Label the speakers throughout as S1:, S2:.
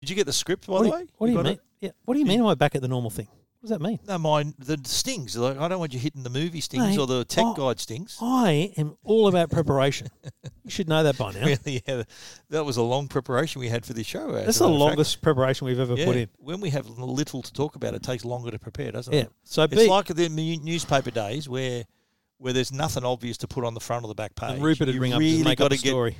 S1: Did you get the script by
S2: What
S1: the
S2: do you,
S1: way?
S2: what do you
S1: got
S2: mean?
S1: it?
S2: Yeah. What do you mean? Am I back at the normal thing? What does that mean?
S1: No, mine the stings. Like I don't want you hitting the movie stings
S2: Mate,
S1: or the tech
S2: I-
S1: guide stings.
S2: I am all about preparation. you should know that by now.
S1: Really, yeah, that was a long preparation we had for this show.
S2: That's the longest preparation we've ever
S1: yeah,
S2: put in.
S1: When we have little to talk about, it takes longer to prepare, doesn't
S2: Yeah.
S1: it?
S2: So
S1: It's
S2: be-
S1: like the mu- newspaper days where where there's nothing obvious to put on the front or the back page.
S2: and Rupert would
S1: You
S2: ring up
S1: really
S2: and make up
S1: gotta
S2: a story.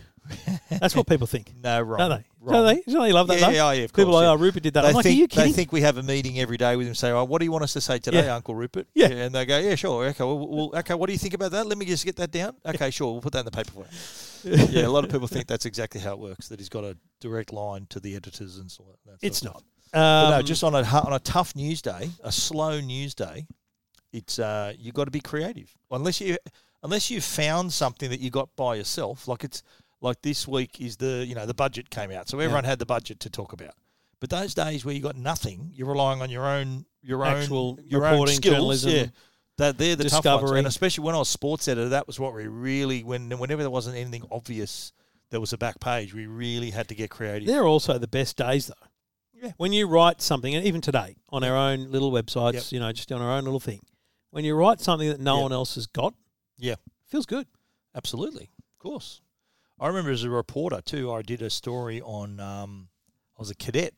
S2: That's what people think.
S1: Get, no, wrong.
S2: Don't they?
S1: Wrong.
S2: Don't they? Don't they love that?
S1: Yeah,
S2: though?
S1: yeah, yeah, of
S2: People
S1: course,
S2: are like,
S1: yeah.
S2: oh, Rupert did that.
S1: They
S2: I'm like,
S1: think,
S2: are you kidding?
S1: They think we have a meeting every day with him. Say, oh, what do you want us to say today,
S2: Yeah.
S1: Uncle Rupert?
S2: Yeah.
S1: and they go, yeah, sure. Okay, well, well, okay. What do you think about that? Let me just get that down. Okay, sure. We'll put that in the paper for you. yeah, a lot of people think that's exactly how it works. That he's got a direct line to the editors and so on. That sort
S2: it's
S1: of
S2: not.
S1: stuff. But
S2: Um,
S1: no, just on a hu- on a tough news day, a slow news day, it's uh, you got to be creative. Unless you unless you found something that you got by yourself, like it's like this week is the you know the budget came out, so everyone had the budget to talk about. But those days where you got nothing, you're relying on your own your
S2: Actual
S1: own your own
S2: reporting,
S1: skills,
S2: journalism,
S1: yeah. That they're the tough ones,
S2: discovery.
S1: and especially when I was sports editor, that was what we really when whenever there wasn't anything obvious, there was a back page. We really had to get creative.
S2: They're also the best days, though.
S1: Yeah.
S2: When you write something, and even today on our own little websites,
S1: Yep.
S2: you know, just on our own little thing, when you write something that no
S1: Yeah.
S2: one else has got,
S1: Yeah.
S2: feels good.
S1: Absolutely, of course. I remember as a reporter too. I did a story on. Um, I was a cadet,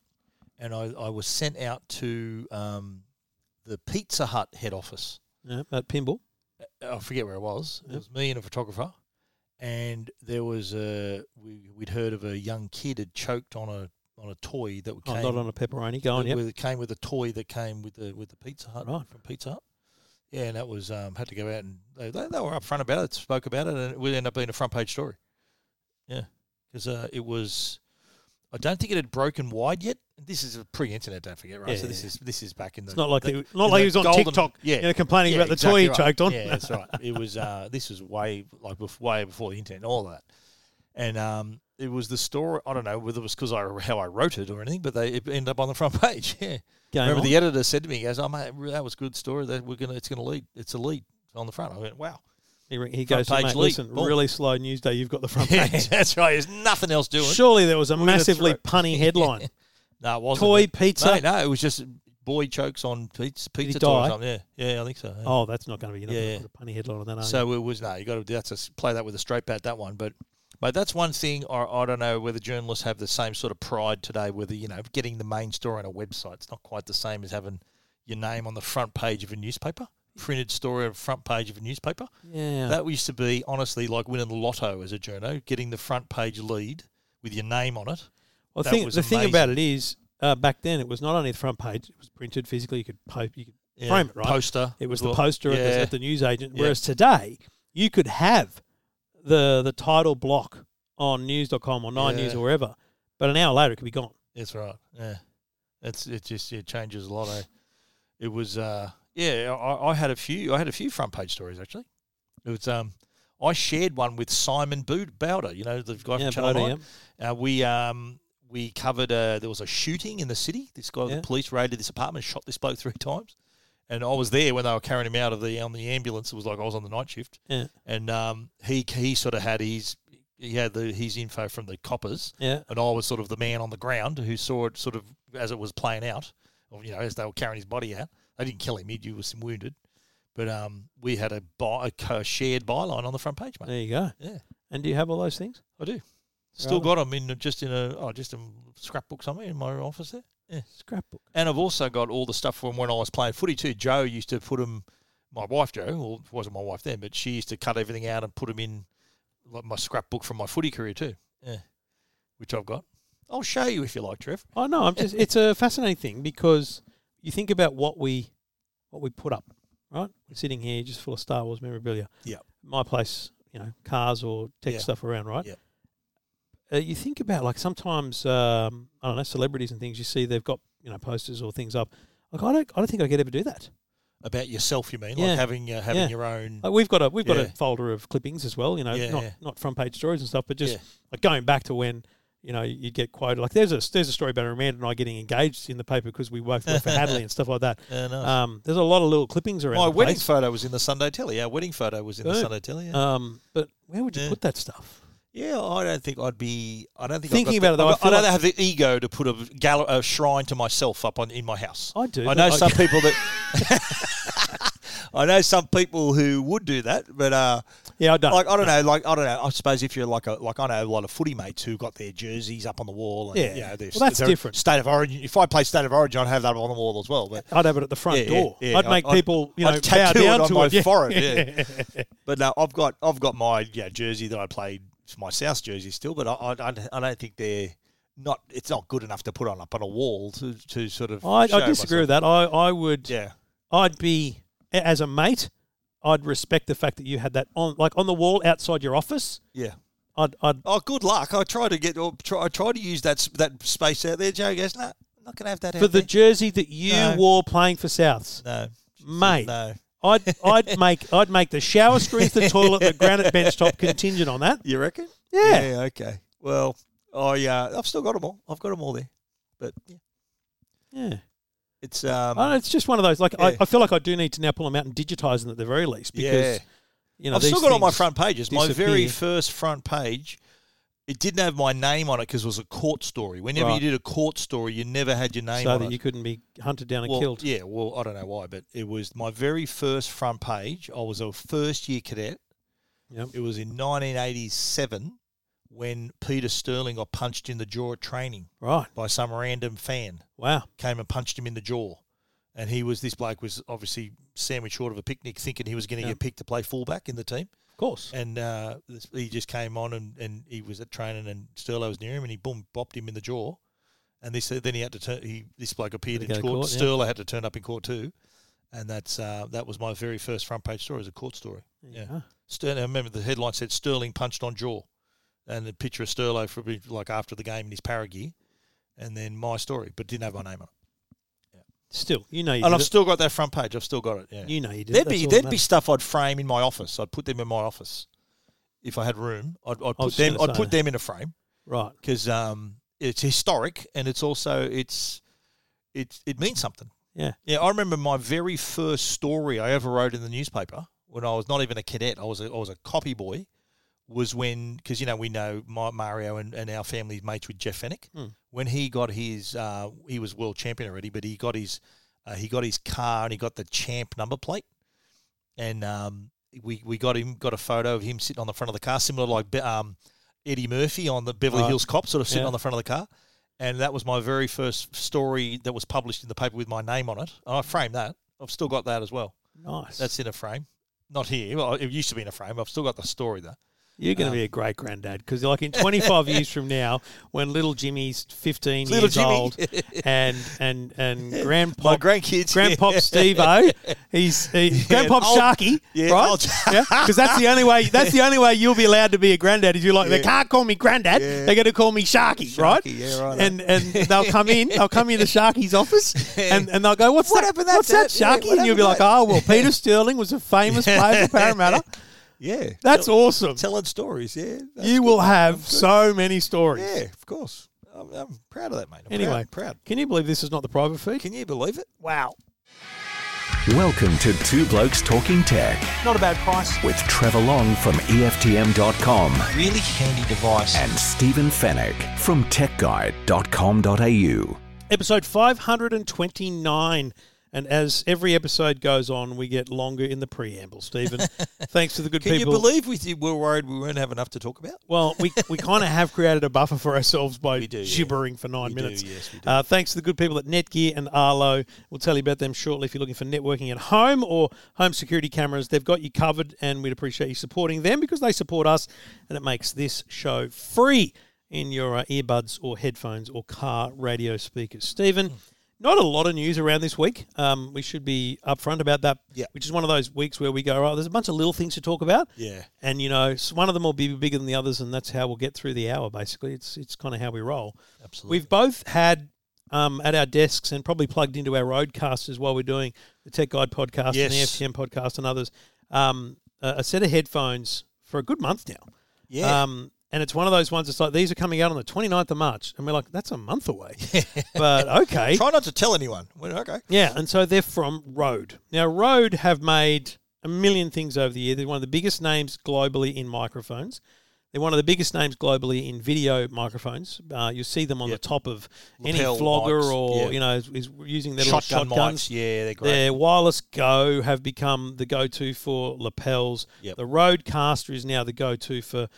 S1: and I, I was sent out to um, the Pizza Hut head office. Uh,
S2: Yeah, that pinball.
S1: I forget where it was. It
S2: Yep.
S1: was me and a photographer, and there was a we, we'd heard of a young kid had choked on a on a toy that
S2: Oh,
S1: came
S2: not on a pepperoni. Go on,
S1: that
S2: yep.
S1: with, came with a toy that came with the with the Pizza Hut
S2: Right.
S1: from Pizza Hut. Yeah, and that was um, had to go out and they, they, they were upfront about it, spoke about it, and it would end up being a front page story. Yeah, because uh, it was. I don't think it had broken wide yet. This is pre-internet, don't forget, right? so
S2: Yeah.
S1: this is this is back in the.
S2: It's not like
S1: the-
S2: they,
S1: in
S2: not like
S1: the
S2: he was on
S1: golden-
S2: TikTok,
S1: yeah,
S2: you know, complaining
S1: yeah,
S2: about the
S1: exactly
S2: toy he
S1: right.
S2: choked on.
S1: Yeah, that's right. It was uh, this was way like bef- way before the internet, and all that, and um, it was the story. I don't know whether it was because I how I wrote it or anything, but they it ended up on the front page. Yeah,
S2: Game
S1: remember
S2: on.
S1: the editor said to me, he "Goes, oh mate, that was a good story. That we're gonna it's gonna lead. It's a lead on the front." I went, "Wow,
S2: He, re- he
S1: Front
S2: goes,
S1: page
S2: mate,
S1: leak.
S2: listen,
S1: Boom.
S2: really slow news day. You've got the front page.
S1: that's right. There's nothing else doing."
S2: Surely there was a
S1: gonna
S2: massively
S1: throw-
S2: punny headline.
S1: No, it wasn't
S2: Toy
S1: It-
S2: pizza.
S1: No, no, it was just boy chokes on pizza, pizza toy
S2: die?
S1: or something. Yeah, yeah, I think so. yeah.
S2: Oh, that's not going to be. You're not
S1: Yeah,
S2: going
S1: yeah.
S2: to put a punny headline on that. Are you?
S1: So it was no. You got to that's a, s- play that with a straight bat. That one, but but that's one thing. Or I don't know whether journalists have the same sort of pride today. Whether you know getting the main story on a website, it's not quite the same as having your name on the front page of a newspaper, printed story on the front page of a newspaper.
S2: yeah,
S1: That used to be honestly like winning the lotto as a journo, getting the front page lead with your name on it.
S2: Well,
S1: That
S2: think,
S1: was
S2: the thing about it is, uh, back then it was not only the front page; it was printed physically. You could po- you could
S1: Yeah,
S2: frame it right.
S1: Poster.
S2: it was
S1: as well.
S2: the poster and it was
S1: Yeah.
S2: at the newsagent.
S1: Yeah.
S2: Whereas today, you could have the the title block on news.com or Nine
S1: Yeah.
S2: News or wherever, but an hour later it could be gone.
S1: That's right. Yeah, it's it just it changes a lot. Eh? It was uh yeah. I, I had a few. I had a few front page stories actually. It was um I shared one with Simon Bood Bowder. You know the guy
S2: Yeah,
S1: from Channel
S2: bloody
S1: Nine. Uh, we um we covered uh there was a shooting in the city. This guy,
S2: Yeah.
S1: the police raided this apartment, shot this bloke three times. And I was there when they were carrying him out of the on the ambulance. It was like I was on the night shift,
S2: Yeah,
S1: and um, he he sort of had his he had the his info from the coppers,
S2: yeah,
S1: and I was sort of the man on the ground who saw it sort of as it was playing out, or you know, as they were carrying his body out. They didn't kill him; he was wounded. But um, we had a, by, a co- shared byline on the front page, mate.
S2: there you go.
S1: Yeah,
S2: And do you have all those things?
S1: I do. Still
S2: Right.
S1: got 'em got them in just in a oh, just a scrapbook somewhere in my office there.
S2: Scrapbook.
S1: And I've also got all the stuff from when I was playing footy too. Joe used to put them. My wife Joe, well, it wasn't my wife then, but she used to cut everything out and put them in like my scrapbook from my footy career too. Yeah, which I've got. I'll show you if you like, Trev.
S2: Oh no, I'm just it's a fascinating thing because you think about what we what we put up, right? We're sitting here just full of Star Wars memorabilia.
S1: Yep.
S2: My place, you know, cars or tech
S1: Yeah.
S2: stuff around, right?
S1: Yep.
S2: Uh, you think about like sometimes um, I don't know celebrities and things. You see they've got you know posters or things up. Like I don't I don't think I could ever do that.
S1: About yourself, you mean?
S2: Yeah.
S1: Like having uh, having
S2: Yeah. Oh.
S1: your own.
S2: Like we've got a we've got a
S1: Yeah.
S2: folder of clippings as well. You know,
S1: Yeah,
S2: not
S1: yeah.
S2: not front page stories and stuff, but just
S1: Yeah.
S2: like going back to when. You know, you'd get quoted. Like, there's a there's a story about Amanda and I getting engaged in the paper because we both work for Hadley and stuff like that.
S1: Uh, no.
S2: Um, there's a lot of little clippings around.
S1: My
S2: the
S1: wedding
S2: place.
S1: photo was in the Sunday Telly. Our wedding photo was in the
S2: Good. Uh,
S1: Sunday Telly. Yeah.
S2: Um, but where would you
S1: Yeah.
S2: put that stuff?
S1: Yeah, I don't think I'd be. I don't think I've
S2: Thinking
S1: got
S2: about it though,
S1: the,
S2: I feel
S1: I don't
S2: like-
S1: have the ego to put a, gall- a shrine to myself up on in my house.
S2: I do,
S1: I
S2: but
S1: know
S2: I-
S1: some people that. I know some people who would do that, but uh,
S2: Yeah, I don't.
S1: like I don't know, like I don't know. I suppose if you're like a like I know a lot of footy mates who got their jerseys up on the wall. And,
S2: Yeah.
S1: you know, their-
S2: Well, that's
S1: their
S2: different.
S1: State of origin. If I play state of origin, I'd have that on the wall as well. But
S2: I'd have it at the front
S1: Yeah, yeah,
S2: door.
S1: yeah.
S2: I'd make
S1: I'd-
S2: people, you
S1: I'd
S2: know, bow
S1: tattoo it
S2: down
S1: on
S2: to
S1: my
S2: it. Yeah.
S1: forehead, yeah. But no, I've got I've got my yeah jersey that I played my South jersey still, but I I, I- I don't think they're not. It's not good enough to put on up on a wall to, to sort of.
S2: I, I
S1: show
S2: disagree with that. I, I would,
S1: myself.
S2: I'd be a- as a mate, I'd respect the fact that you had that on, like on the wall outside your office.
S1: Yeah, yeah.
S2: I'd, I'd
S1: Oh, good luck. I try to get or try, I try to use that s- that space out there. Joe goes, no, I'm not gonna have that out
S2: for the
S1: there."
S2: jersey that you
S1: No.
S2: wore playing for Souths,
S1: no,
S2: mate.
S1: no.
S2: I'd, I'd make, I'd make the shower screens, the toilet, the granite bench top contingent on that.
S1: You reckon?
S2: Yeah.
S1: okay. Well, I uh, I've still got them all. I've got them all there, but yeah,
S2: Yeah,
S1: it's um.
S2: I don't know, it's just one of those. Like, I,
S1: Yeah.
S2: I feel like I do need to now pull them out and digitise them at the very least
S1: Yeah.
S2: because you know
S1: I've still
S2: these
S1: got all my
S2: things-
S1: front pages. My very
S2: disappear.
S1: first front page, it didn't have my name on it because it was a court story. Whenever
S2: Right.
S1: you did a court story, you never had your name
S2: so
S1: on
S2: that
S1: it.
S2: you couldn't be hunted down and
S1: well,
S2: killed.
S1: Yeah, well, I don't know why, but it was my very first front page. I was a first year cadet.
S2: Yep.
S1: It was in 1987 when Peter Sterling got punched in the jaw at training
S2: Right.
S1: by some random fan
S2: Wow.
S1: came and punched him in the jaw. And he was this bloke was obviously sandwich short of a picnic, thinking he was going to
S2: Yeah.
S1: get picked to play fullback in the team.
S2: Of course.
S1: And uh, this- he just came on and, and he was at training and Sterlo was near him and he boom bopped him in the jaw. And this then he had to turn he this bloke appeared
S2: Had
S1: in
S2: to
S1: court.
S2: go to court, yeah.
S1: Sterlo had to turn up in court too. And that's uh, that was my very first front page story. It was a court story. Yeah.
S2: Yeah.
S1: Sterling, I remember the headline said Sterling punched on jaw, and the picture of Sterlo for like after the game in his para gear, and then my story, but didn't have my name on it.
S2: Still, you know, you
S1: And
S2: did
S1: I've
S2: it.
S1: still got that front page. I've still got it. Yeah.
S2: you know, you did. it.
S1: There'd
S2: That's
S1: be
S2: all
S1: there'd
S2: that
S1: be stuff I'd frame in my office. I'd put them in my office if I had room. I'd, I'd put
S2: was
S1: them.
S2: gonna
S1: I'd
S2: say
S1: put
S2: that.
S1: them in a frame
S2: matters. right.
S1: because um, it's historic and it's also it's it it means something.
S2: Yeah.
S1: Yeah, I remember my very first story I ever wrote in the newspaper when I was not even a cadet. I was a, I was a copy boy. Was when because you know we know my, Mario and, and our family's mates with Jeff Fennick.
S2: Hmm.
S1: When he got his, uh, he was world champion already, but he got his, uh, he got his car and he got the champ number plate, and um, we we got him got a photo of him sitting on the front of the car, similar like Be- um, Eddie Murphy on the Beverly
S2: Right.
S1: Hills Cop, sort of sitting
S2: Yeah.
S1: on the front of the car and that was my very first story that was published in the paper with my name on it. And I framed that. I've still got that as well.
S2: Nice.
S1: That's in a frame. Not here. Well, it used to be in a frame. I've still got the story though.
S2: You're going to
S1: um,
S2: be a great granddad because, like, in 25 years from now, when little Jimmy's 15
S1: Little
S2: years
S1: Jimmy.
S2: old, and and and
S1: My
S2: grandpa,
S1: grandkids.
S2: grandpa Steve-O, he's he, grandpa
S1: old-
S2: Sharky,
S1: Oh, yeah,
S2: right?
S1: old-
S2: Yeah, because that's the only way. That's the only way you'll be allowed to be a granddad. Is you're like they
S1: Yeah.
S2: can't call me granddad.
S1: Yeah.
S2: They're going to call me Sharky, right?
S1: Sharky, yeah, right.
S2: And and they'll come in. They'll come into Sharky's office, and, and they'll go, "What's
S1: What
S2: that?
S1: happened to that,
S2: What's that,
S1: Dad? Yeah,
S2: Sharky?"
S1: what
S2: and you'll be like,
S1: happened to
S2: "Oh well, Peter Sterling was a famous player for Parramatta.
S1: yeah,
S2: That's awesome.
S1: telling stories. Yeah, That's-
S2: you will have so many stories."
S1: yeah, of course. I'm, I'm proud of that, mate. I'm
S2: Anyway,
S1: proud, proud.
S2: Can you believe this is not the private feed?
S1: Can you believe it?
S2: wow.
S3: Welcome to Two Blokes Talking Tech
S2: Not a bad price.
S3: with Trevor Long from E EFTM.com
S1: Really handy device.
S3: and Stephen Fennec from TechGuide.com.au.
S2: Episode 529. And as every episode goes on, we get longer in the preamble, Stephen. thanks to the good
S1: Can
S2: people.
S1: you believe with you we're worried we won't have enough to talk about?
S2: well, we, we kind of have created a buffer for ourselves by
S1: We do, yeah.
S2: gibbering for nine
S1: We do,
S2: minutes.
S1: yes, we do.
S2: Uh, thanks to the good people at Netgear and Arlo. We'll tell you about them shortly if you're looking for networking at home or home security cameras. They've got you covered, and we'd appreciate you supporting them because they support us, and it makes this show free in your uh, earbuds or headphones or car radio speakers.
S1: Hmm.
S2: Stephen. Not a lot of news around this week. Um, we should be upfront about that,
S1: Yeah.
S2: which is one of those weeks where we go, oh, there's a bunch of little things to talk about.
S1: Yeah.
S2: And you know, s- one of them will be bigger than the others, and that's how we'll get through the hour. Basically, it's it's kind of how we roll.
S1: Absolutely.
S2: We've both had um, at our desks and probably plugged into our roadcasters while we're doing the Tech Guide podcast
S1: Yes.
S2: and the FTM podcast and others. Um, a, a set of headphones for a good month now.
S1: yeah.
S2: Um, and it's one of those ones. It's like these are coming out on the 29th of March, and we're like, that's a month away. but okay,
S1: Try not to tell anyone. Well, okay.
S2: yeah, and so they're from Rode. Now, Rode have made a million things over the year. They're one of the biggest names globally in microphones. They're They're one of the biggest names globally in video microphones. Uh, you see them on
S1: Yep.
S2: the top of
S1: Lapel
S2: any vlogger
S1: mics,
S2: or
S1: yeah.
S2: you know is, is using their little
S1: Shotgun
S2: shotguns.
S1: mics, yeah, they're great.
S2: Their wireless go have become the go-to for lapels.
S1: Yep.
S2: The Rodecaster is now the go-to for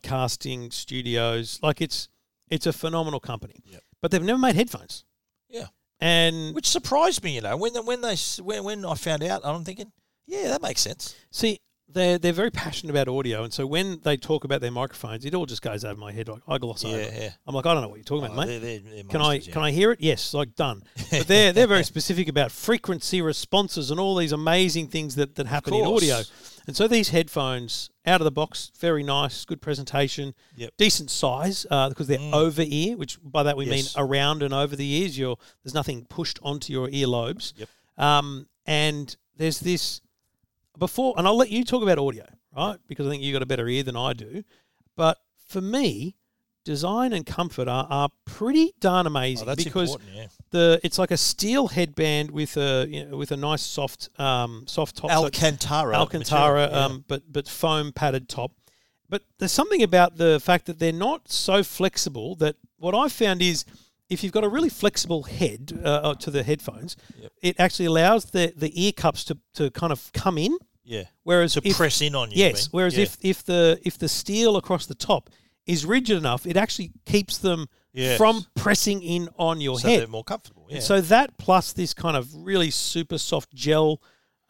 S2: podcasting studios. Like it's it's a phenomenal company,
S1: Yep.
S2: but they've never made headphones.
S1: Yeah.
S2: And
S1: which surprised me. You know, when the, when they s- when, when I found out, I'm thinking, yeah, that makes sense.
S2: See, they're they're very passionate about audio, and so when they talk about their microphones, it all just goes over my head. Like I gloss over.
S1: Yeah,
S2: it.
S1: yeah. Oh,
S2: I'm like, I don't know what you're talking about, mate.
S1: They're- they're- they're
S2: Can I
S1: monsters, yeah.
S2: can I hear it? Yes, like done. But they're they're very specific about frequency responses and all these amazing things that, that happen in
S1: course.
S2: audio. And so these headphones out of the box, very nice, good presentation,
S1: Yep. Mm.
S2: decent size uh, because they're over ear, which by that we
S1: Yes.
S2: mean around and over the ears. Your there's nothing pushed onto your earlobes.
S1: Yep.
S2: Um, and there's this before, and I'll let you talk about audio, right? Because I think you got a better ear than I do. But for me, design and comfort are, are pretty darn amazing
S1: Oh, that's
S2: because
S1: important, yeah.
S2: the it's like a steel headband with a you know, with a nice soft um, soft top. so-
S1: Alcantara.
S2: Alcantara,
S1: material, yeah.
S2: um, but but foam padded top. But there's something about the fact that they're not so flexible. That what I found is, if you've got a really flexible head uh, uh, to the headphones, it actually allows the the ear cups to, to kind of come in.
S1: yeah.
S2: Whereas
S1: To
S2: if-
S1: press in on you. you
S2: yes,
S1: mean?
S2: whereas
S1: Yeah.
S2: if if the if the steel across the top is rigid enough, it actually keeps them
S1: Yes.
S2: from pressing in on your
S1: so
S2: head.
S1: they're more comfortable. Yeah.
S2: And so that plus this kind of really super soft gel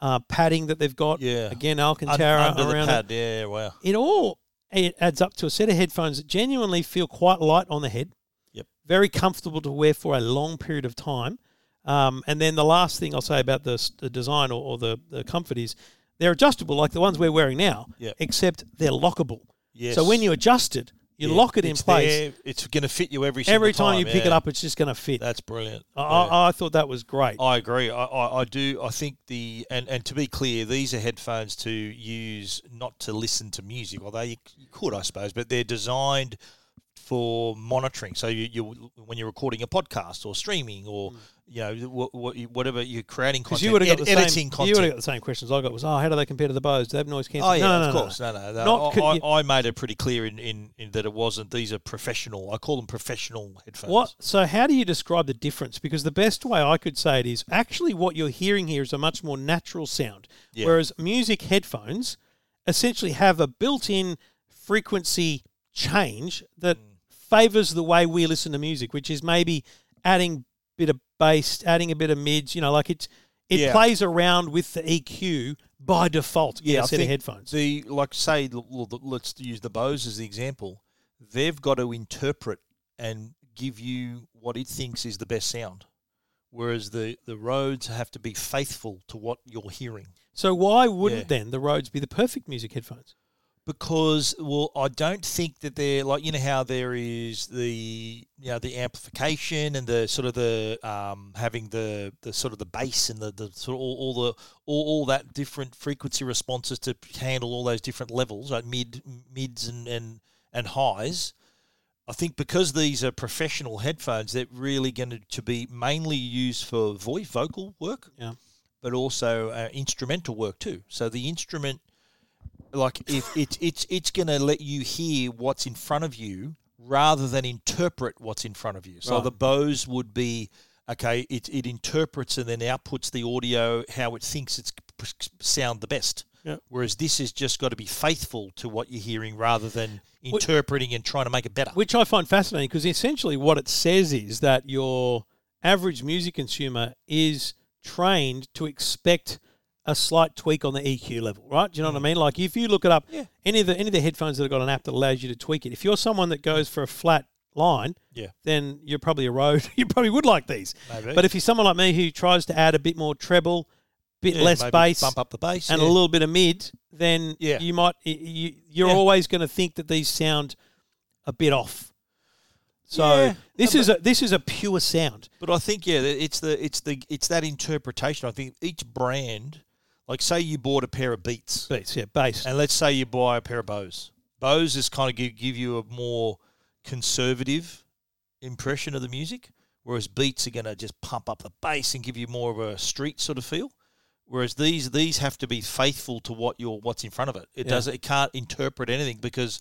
S2: uh, padding that they've got,
S1: Yeah.
S2: again
S1: Un-
S2: Alcantara
S1: under the
S2: around
S1: pad.
S2: it,
S1: Yeah, wow.
S2: it all it adds up to a set of headphones that genuinely feel quite light on the head.
S1: Yep.
S2: Very comfortable to wear for a long period of time. Um, and then the last thing I'll say about the, the design or, or the, the comfort is they're adjustable, like the ones we're wearing now,
S1: Yep.
S2: except they're lockable.
S1: Yes.
S2: So when you adjust it, you
S1: Yeah,
S2: lock it in
S1: it's
S2: place.
S1: there, it's going to fit you every single
S2: Every time, you pick
S1: yeah.
S2: it up, it's just going to fit.
S1: That's Oh, brilliant.
S2: I,
S1: Yeah.
S2: I, I thought that was great.
S1: I agree. I, I, I do. I think the and, and to be clear, these are headphones to use not to listen to music. Although you, you could, I suppose, but they're designed for monitoring. So you, you when you're recording a podcast or streaming or you know wh- wh- whatever you're creating
S2: Because
S1: content,
S2: you would have got
S1: ed-
S2: the
S1: editing
S2: same, You
S1: content.
S2: would have got the same questions I got. Was oh, how do they compare to the Bose? Do they have noise cancelling?
S1: Oh yeah,
S2: no, no,
S1: of
S2: no, no.
S1: course. No, no. no.
S2: Not could
S1: I,
S2: you-
S1: I, I made it pretty clear in, in, in that it wasn't. These are professional. I call them professional headphones.
S2: What? So how do you describe the difference? Because the best way I could say it is actually what you're hearing here is a much more natural sound,
S1: Yeah.
S2: whereas music headphones essentially have a built-in frequency change that
S1: Mm.
S2: favors the way we listen to music, which is maybe adding a bit of bass, adding a bit of mids. You know, like it's it
S1: Yeah.
S2: plays around with the EQ by default in a
S1: I
S2: set of
S1: think
S2: headphones.
S1: The like say l- l- the- let's use the Bose as the example. They've got to interpret and give you what it thinks is the best sound, whereas the the roads have to be faithful to what you're hearing.
S2: So why wouldn't
S1: Yeah.
S2: then the Rhodes be the perfect music headphones?
S1: Because well, I don't think that they're like you know how there is the you know the amplification and the sort of the um, having the, the sort of the bass and the, the sort of all, all the all, all that different frequency responses to handle all those different levels like mid mids and and, and highs. I think because these are professional headphones, they're really going to be mainly used for voice vocal work
S2: Yeah.
S1: but also uh, instrumental work too. So the instrument, like if it's it's it's going to let you hear what's in front of you rather than interpret what's in front of you. So
S2: Right.
S1: the Bose would be okay. It it interprets and then outputs the audio how it thinks it's p- p- sound the best.
S2: Yeah.
S1: Whereas this has just got to be faithful to what you're hearing rather than interpreting and trying to make it better.
S2: Which I find fascinating because essentially what it says is that your average music consumer is trained to expect a slight tweak on the EQ level, right? Do you know what I mean? Like if you look it up,
S1: Mm. Yeah.
S2: any of the any of the headphones that have got an app that allows you to tweak it. If you're someone that goes for a flat line,
S1: Yeah.
S2: then you're probably a road. you probably would like these.
S1: Maybe.
S2: But if you're someone like me who tries to add a bit more treble, bit
S1: Yeah,
S2: less
S1: maybe
S2: bass,
S1: bump up the bass,
S2: and
S1: yeah.
S2: a little bit of mid, then
S1: Yeah.
S2: you might y- you, you're
S1: Yeah.
S2: always going to think that these sound a bit off. So
S1: Yeah.
S2: this is a this is a pure sound.
S1: But I think yeah, that it's the it's the it's that interpretation. I think each brand, like say you bought a pair of Beats,
S2: Bass, yeah, bass.
S1: and let's say you buy a pair of Bose. Bose is kind of give, give you a more conservative impression of the music, whereas Beats are going to just pump up the bass and give you more of a street sort of feel. Whereas these these have to be faithful to what your what's in front of it. It
S2: Yeah.
S1: does it can't interpret anything because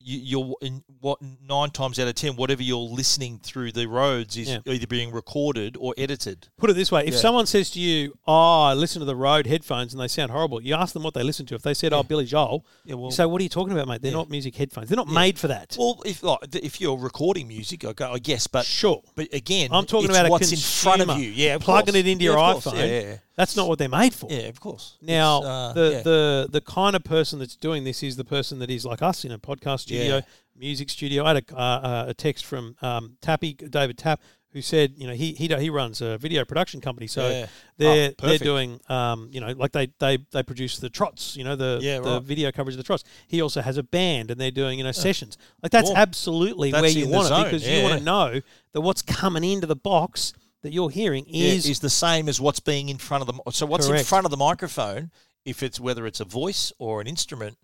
S1: you, you're in what nine times out of ten, whatever you're listening through the roads is
S2: Yeah.
S1: either being recorded or edited.
S2: Put it this way: if
S1: Yeah.
S2: someone says to you, "Oh, I listen to the road headphones and they sound horrible," you ask them what they listen to. If they said, "Oh, Billy Joel,"
S1: Yeah, well-
S2: you say, "What are you talking about, mate? They're
S1: Yeah.
S2: not music headphones. They're not made for that."
S1: Well, if like, th- if you're recording music, I, go, I guess, but
S2: sure,
S1: but again,
S2: I'm talking
S1: it's
S2: about
S1: what's
S2: a
S1: in front of
S2: consumer.
S1: you. Yeah, of
S2: plugging
S1: course.
S2: it into your
S1: Yeah, of course.
S2: iPhone.
S1: Yeah, yeah,
S2: That's not what they're made for.
S1: yeah. Yeah, of course.
S2: Now,
S1: It's, uh,
S2: the,
S1: yeah.
S2: the the kind of person that's doing this is the person that is like us in a podcast studio,
S1: Yeah.
S2: music studio. I had a, uh, uh, a text from um, Tappy David Tapp who said, you know, he he do- he runs a video production company, so
S1: Yeah.
S2: they're
S1: Oh,
S2: they're
S1: perfect.
S2: doing, um, you know, like they they they produce the trots, you know, the
S1: Yeah,
S2: the
S1: right.
S2: video coverage of the trots. He also has a band, and they're doing you know sessions. Like that's
S1: Cool.
S2: absolutely
S1: That's
S2: where you
S1: in the
S2: want
S1: zone,
S2: it because you
S1: yeah,
S2: want to
S1: yeah.
S2: know that what's coming into the box that you're hearing
S1: Yeah,
S2: is.
S1: is the same as what's being in front of the mi- so what's in
S2: Correct.
S1: front of the microphone if it's whether it's a voice or an instrument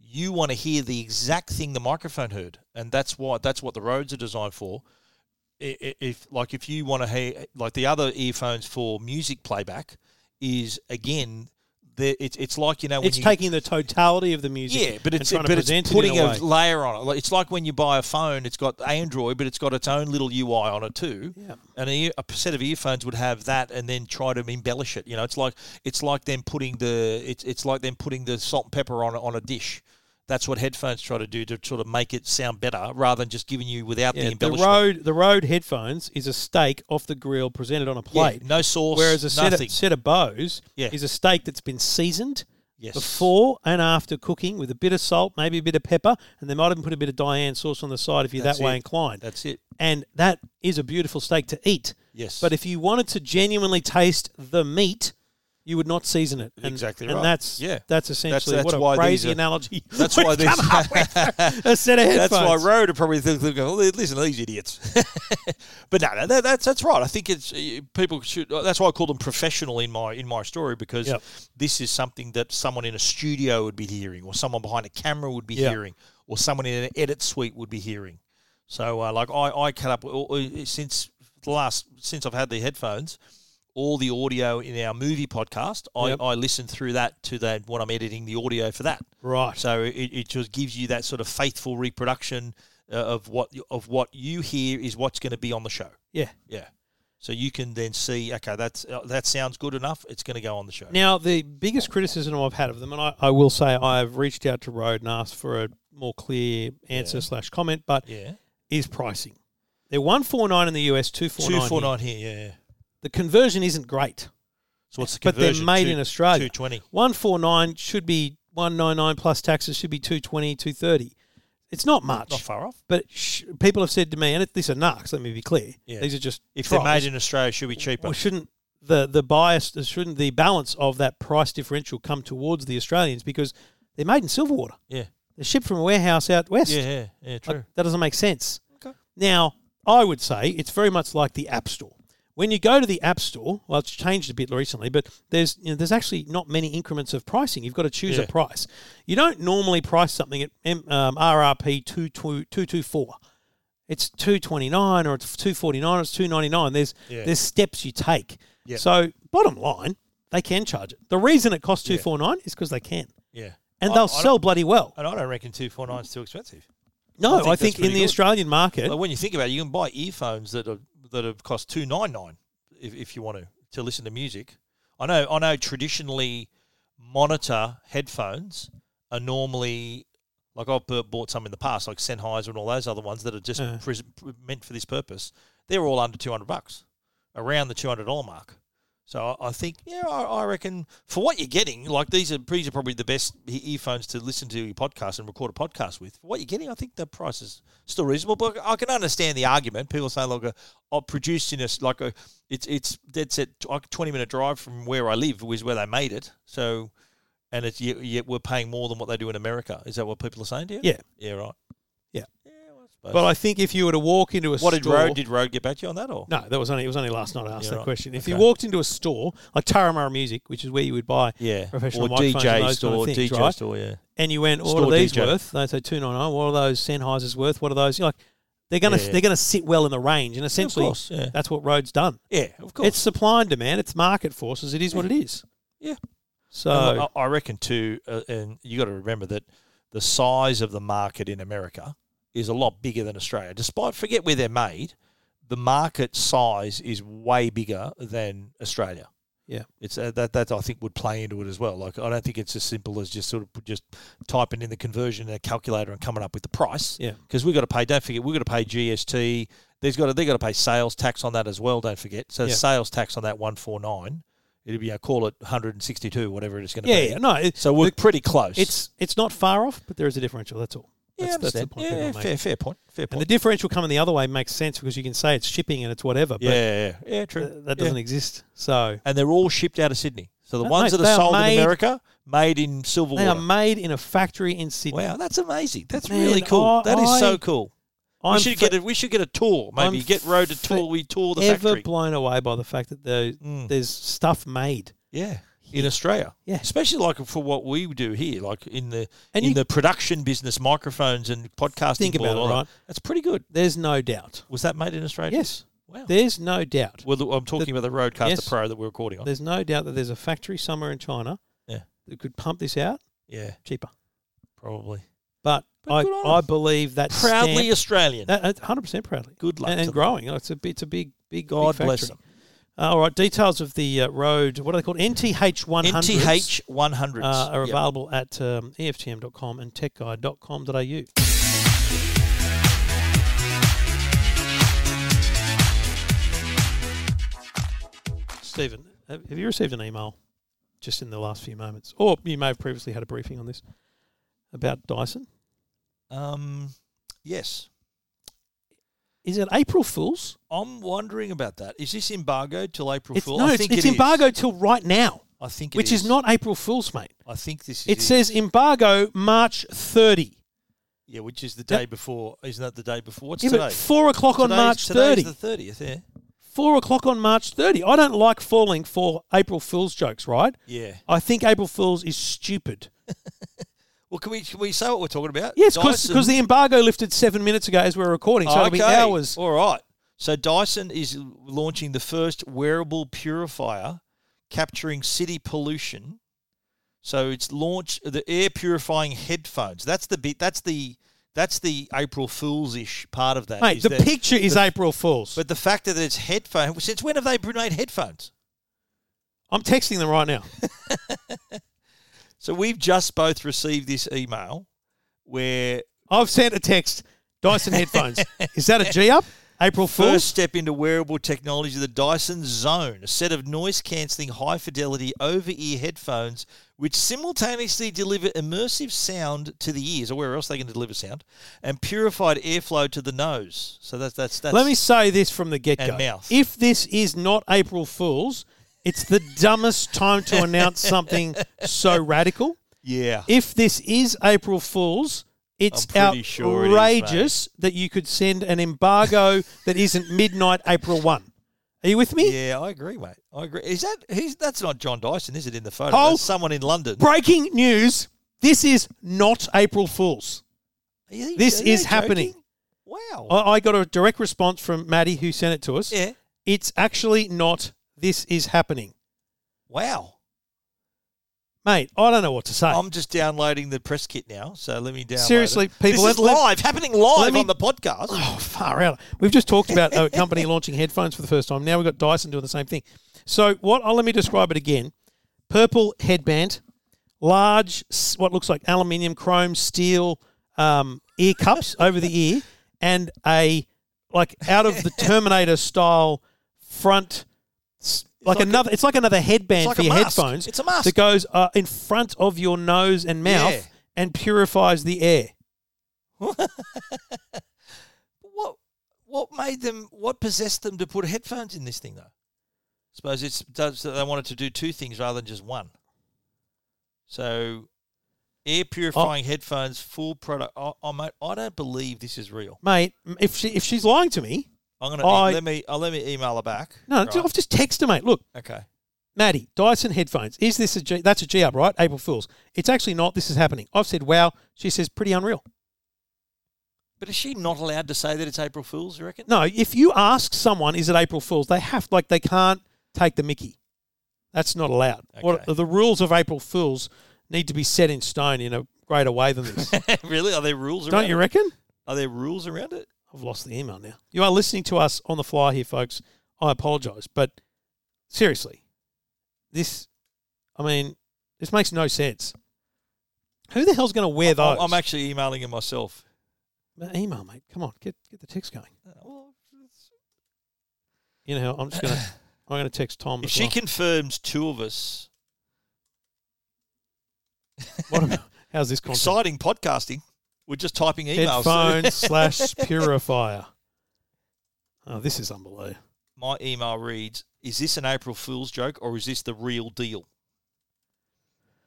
S1: you want to hear the exact thing the microphone heard and that's why that's what the roads are designed for I- i- if like if you want to hear like the other earphones for music playback is again the, it's it's like you know when
S2: it's
S1: you,
S2: taking the totality of the music.
S1: yeah, but
S2: and
S1: it's
S2: trying to
S1: but it's
S2: present it in
S1: putting
S2: a
S1: a,
S2: way.
S1: layer on it. Like, It's like when you buy a phone; it's got Android, but it's got its own little UI on it too.
S2: Yeah.
S1: And a, ear- a set of earphones would have that, and then try to embellish it. You know, it's like it's like them putting the it's it's like them putting the salt and pepper on a- on a dish. That's what headphones try to do to sort of make it sound better, rather than just giving you without the
S2: Yeah, the
S1: embellishment.
S2: road the road headphones is a steak off the grill presented on a
S1: Yeah,
S2: plate.
S1: no sauce,
S2: whereas a set
S1: nothing.
S2: of, set of bows
S1: Yeah.
S2: is a steak that's been seasoned
S1: yes.
S2: before and after cooking with a bit of salt, maybe a bit of pepper, and they might even put a bit of Diane sauce on the side if you're
S1: That's
S2: that way
S1: it.
S2: inclined.
S1: that's it.
S2: and that is a beautiful steak to eat.
S1: Yes.
S2: But if you wanted to genuinely taste the meat, you would not season it. And,
S1: Exactly
S2: and
S1: right.
S2: that's
S1: Yeah.
S2: that's essentially
S1: that's
S2: what a
S1: why these
S2: crazy
S1: are-
S2: analogy.
S1: that's
S2: we've
S1: why these-
S2: come up with. a set of headphones.
S1: That's why Road are probably think- thinking, "Oh, listen to these idiots. but no, no that, that's that's right. I think it's uh, people should. That's why I call them professional in my in my story because
S2: Yep.
S1: this is something that someone in a studio would be hearing, or someone behind a camera would be
S2: Yeah.
S1: hearing, or someone in an edit suite would be hearing. So, uh, like I, I cut up all- all- since the last since I've had the headphones. All the audio in our movie podcast, I,
S2: Yep.
S1: I listen through that to that when I'm editing the audio for that.
S2: Right.
S1: So it, it just gives you that sort of faithful reproduction uh, of what you- of what you hear is what's going to be on the show.
S2: Yeah.
S1: Yeah. So you can then see, okay, that's uh, that sounds good enough. It's going to go on the show.
S2: Now, the biggest criticism I've had of them, and I, I will say I've reached out to Road and asked for a more clear answer slash comment, but
S1: yeah.
S2: is pricing. They're one four nine in the US, two four nine.
S1: Two four nine here. Yeah.
S2: The conversion isn't great.
S1: So what's the
S2: But they're
S1: conversion?
S2: made
S1: Two-
S2: in Australia.
S1: Two twenty.
S2: One four nine should be one nine nine plus taxes should be 220, 230. It's not much,
S1: Not far off.
S2: but sh- people have said to me, and it, these are narcs. Let me be clear.
S1: Yeah.
S2: These are just
S1: If they're
S2: tries.
S1: made in Australia, should be cheaper.
S2: Well, shouldn't the the bias shouldn't the balance of that price differential come towards the Australians because they're made in Silverwater.
S1: yeah.
S2: They're shipped from a warehouse out west.
S1: Yeah. Yeah. Yeah. True.
S2: Like, that doesn't make sense.
S1: Okay.
S2: Now, I would say it's very much like the App Store. When you go to the App Store, well, it's changed a bit recently, but there's you know, there's actually not many increments of pricing. You've got to choose a
S1: Yeah.
S2: price. You don't normally price something at M, um, RRP 224. It's 229 or it's 249 or it's 299. There's
S1: Yeah.
S2: there's steps you take.
S1: Yeah.
S2: So, bottom line, they can charge it. The reason it costs 249 is because they can.
S1: Yeah.
S2: And
S1: I-
S2: they'll
S1: I don't-
S2: sell bloody well.
S1: And I don't reckon two four nine is too expensive.
S2: No, I
S1: I
S2: think,
S1: think that's
S2: in
S1: pretty
S2: the
S1: good.
S2: Australian market,
S1: Like when you think about it, you can buy earphones that are that have cost two nine nine if, if you want to to listen to music. I know I know traditionally monitor headphones are normally like I've bu- bought some in the past, like Sennheiser and all those other ones that are just
S2: Yeah.
S1: pres- meant for this purpose. They're all under two hundred bucks, around the two hundred dollar mark. So I, I think, yeah, I, I reckon for what you're getting, like these are these are probably the best he- earphones to listen to your podcast and record a podcast with. For what you're getting, I think the price is still reasonable. But I can understand the argument. People say, like, uh, oh, produced in a s- like a it's it's that's it like a 20 minute drive from where I live was where they made it. So and it's yet, yet we're paying more than what they do in America. Is that what people are saying to you?
S2: Yeah.
S1: yeah, right.
S2: Yeah.
S1: yeah. well, I suppose.
S2: But I think if you were to walk into a
S1: what
S2: store,
S1: did road did road get back to you on that or
S2: no, that was only it was only last night I asked
S1: Yeah,
S2: that
S1: right.
S2: question. If you
S1: Okay.
S2: walked into a store like Taramara Music, which is where you would buy
S1: Yeah,
S2: professional
S1: or
S2: microphones and
S1: DJ
S2: those kind
S1: store,
S2: of things,
S1: DJ
S2: right?
S1: store, yeah.
S2: and you went, "Oh, "What
S1: Store
S2: are these
S1: DJ.
S2: worth?" They say two nine nine. What are those Sennheisers worth? What are those? You're like, they're gonna
S1: Yeah.
S2: they're gonna sit well in the range, and essentially
S1: course, yeah.
S2: that's what Rhodes done.
S1: Yeah, of course.
S2: It's supply and demand. It's market forces. It is what it is.
S1: Yeah.
S2: So
S1: And I, I reckon too, uh, and you got to remember that the size of the market in America is a lot bigger than Australia. Despite forget where they're made, the market size is way bigger than Australia.
S2: Yeah.
S1: It's uh, that that I think would play into it as well. Like I don't think it's as simple as just sort of just typing in the conversion in a calculator and coming up with the price.
S2: Yeah.
S1: Because we've got to pay. Don't forget, we've got to pay GST. There's got to they got to pay sales tax on that as well. Don't forget. So
S2: Yeah.
S1: sales tax on that one four nine. It'll be I call it 162, whatever it is going to
S2: Yeah,
S1: be.
S2: yeah, no, it,
S1: So we're pretty close.
S2: it's it's not far off, but there is a differential. That's all.
S1: yeah,
S2: that's,
S1: I
S2: that's the
S1: understand.
S2: point.
S1: yeah,
S2: people
S1: yeah,
S2: make.
S1: fair, fair point. Fair
S2: And
S1: point.
S2: the differential coming the other way makes sense because you can say it's shipping and it's whatever, but
S1: yeah, yeah, yeah, yeah, true.
S2: th- that
S1: Yeah.
S2: doesn't exist. So
S1: and they're all shipped out of Sydney. So the
S2: Mate,
S1: ones that
S2: they
S1: are
S2: are
S1: sold
S2: made-
S1: in America, made in
S2: they are
S1: Silverwater.
S2: made in a factory in Sydney.
S1: Wow, that's amazing. That's
S2: Man,
S1: really cool.
S2: I-
S1: that is
S2: I-
S1: so cool.
S2: I'm
S1: we should
S2: fo-
S1: get a, we should get a tour. Maybe
S2: I'm
S1: get road to tour.
S2: fo-
S1: We tour the
S2: ever
S1: factory.
S2: blown away by the fact that the,
S1: Mm.
S2: there's stuff made.
S1: yeah, in Australia.
S2: Yeah.
S1: especially like for what we do here, like in the
S2: And
S1: in
S2: you-
S1: the production business, microphones and podcasting.
S2: Think about
S1: all
S2: it,
S1: that.
S2: right?
S1: That's pretty good.
S2: There's no doubt.
S1: Was that made in Australia?
S2: Yes,
S1: Wow.
S2: there's no doubt.
S1: well, the- I'm talking about the Roadcaster
S2: Yes.
S1: Pro that we're recording on.
S2: There's no doubt that there's a factory somewhere in China
S1: Yeah.
S2: that could pump this out
S1: yeah,
S2: cheaper.
S1: probably.
S2: But,
S1: But good on
S2: I, I
S1: 'em.
S2: believe that
S1: Proudly
S2: stamp-
S1: Australian.
S2: that- that, hundred percent proudly.
S1: good luck.
S2: and,
S1: to
S2: and
S1: them.
S2: growing. Oh, It's a it's a big big
S1: God
S2: big
S1: bless
S2: factory.
S1: them.
S2: Uh, all right, details of the uh, road. What are they called? NTH one hundred.
S1: NTH 100s.
S2: uh, are
S1: Yep.
S2: available at um, EFTM.com and techguide.com.au. Stephen, have have you received an email just in the last few moments, or you may have previously had a briefing on this about Dyson?
S1: Um, yes.
S2: Is it April Fools?
S1: I'm wondering about that. Is this embargoed till April
S2: It's,
S1: Fool?
S2: no,
S1: I
S2: it's,
S1: think
S2: it's
S1: it is.
S2: embargoed till right now,
S1: I think it
S2: which is. not April Fools, mate.
S1: I think this is.
S2: It says embargo March thirty.
S1: Yeah, which is the
S2: Yeah.
S1: day before. Isn't that the day before? What's
S2: Yeah,
S1: today?
S2: but four o'clock on
S1: Today's-
S2: March
S1: today's
S2: thirty.
S1: the thirtieth. Yeah.
S2: four o'clock on March 30. I don't like falling for April Fool's jokes, right?
S1: Yeah.
S2: I think April Fool's is stupid.
S1: Well, can we can we say what we're talking about?
S2: Yes, because
S1: Dyson-
S2: the embargo lifted seven minutes ago as we are recording, so it'll be
S1: Okay,
S2: hours.
S1: All right. So Dyson is launching the first wearable purifier capturing city pollution. So it's launched the air purifying headphones. That's the bit. That's the that's the April Fools ish part of that.
S2: Mate,
S1: is
S2: the
S1: that-
S2: picture is April Fool's.
S1: But the fact that it's headphone. Since when have they made headphones?
S2: I'm texting them right now.
S1: So we've just both received this email where
S2: I've sent a text. Dyson headphones. is that a G up? April Fool's?
S1: First step into wearable technology, the Dyson Zone, a set of noise cancelling, high fidelity over ear headphones which simultaneously deliver immersive sound to the ears, or where else they can deliver sound, and purified airflow to the nose. So that's that's that's
S2: Let me say this from the get go.
S1: And mouth.
S2: If this is not April Fool's, it's the dumbest time to announce something so radical.
S1: yeah.
S2: if this is April Fool's, it's
S1: I'm pretty
S2: outrageous
S1: sure it is, mate.
S2: that you could send an embargo that isn't midnight April 1. Are you with me?
S1: yeah, I agree, mate. I agree. Is that he's, that's not John Dyson, is it? In the photo,
S2: Oh.
S1: that's someone in London.
S2: Breaking news this is not April Fool's.
S1: Are you-
S2: this
S1: are you
S2: is happening. Oh,
S1: joking? Wow.
S2: I, I got a direct response from Maddie who sent it to us.
S1: yeah.
S2: It's actually not this is happening.
S1: Wow.
S2: Mate, I don't know what to say.
S1: I'm just downloading the press kit now, so let me download.
S2: Seriously,
S1: it.
S2: people,
S1: this is
S2: let- let-
S1: live, happening live
S2: me-
S1: on the podcast.
S2: Oh, far out. We've just talked about a company launching headphones for the first time. Now we've got Dyson doing the same thing. So, what, oh, let me describe it again purple headband, large, s- what looks like aluminium, chrome, steel um, ear cups over the ear, and a, like, out of the Terminator style front. s- Like,
S1: like a-
S2: another, it's like another headband
S1: like
S2: for
S1: a
S2: your
S1: mask.
S2: headphones.
S1: It's a mask.
S2: that goes uh, in front of your nose and mouth
S1: Yeah.
S2: and purifies the air.
S1: What what made them? What possessed them to put headphones in this thing though? suppose it's does that they wanted to do two things rather than just one. So, air purifying
S2: Oh.
S1: headphones, full product. Oh, oh, mate, I don't believe this is real.
S2: Mate, if she if she's lying to me,
S1: I'm gonna e,
S2: I-
S1: let me. I'll let me email her back.
S2: No,
S1: Right.
S2: I've just texted her, mate. Look,
S1: okay.
S2: Maddie, Dyson headphones. Is this a G? That's a G up, right? April Fools. It's actually not. This is happening. I've said, wow. She says, pretty unreal.
S1: But is she not allowed to say that it's April Fool's? You reckon?
S2: No, if you ask someone, is it April Fools? They have, like, they can't take the mickey. That's not allowed. What,
S1: Okay.
S2: the rules of April Fools need to be set in stone in a greater way than this.
S1: really? Are there rules around
S2: Don't you reckon?
S1: Are there rules around it?
S2: I've lost the email now. You are listening to us on the fly here, folks. I apologise, but seriously, this, I mean, this makes no sense. Who the hell's going to wear those?
S1: I'm- I'm actually emailing him myself.
S2: Ma- email, mate. Come on, get get the text going.
S1: Uh, well, it's-
S2: You know, I'm just gonna I'm gonna text Tom.
S1: If
S2: as
S1: she
S2: well.
S1: confirms two of us,
S2: What about, how's this content?
S1: exciting podcasting. We're just typing emails.
S2: Headphone slash purifier. Oh, this is unbelievable.
S1: My email reads: Is this an April Fool's joke or is this the real deal?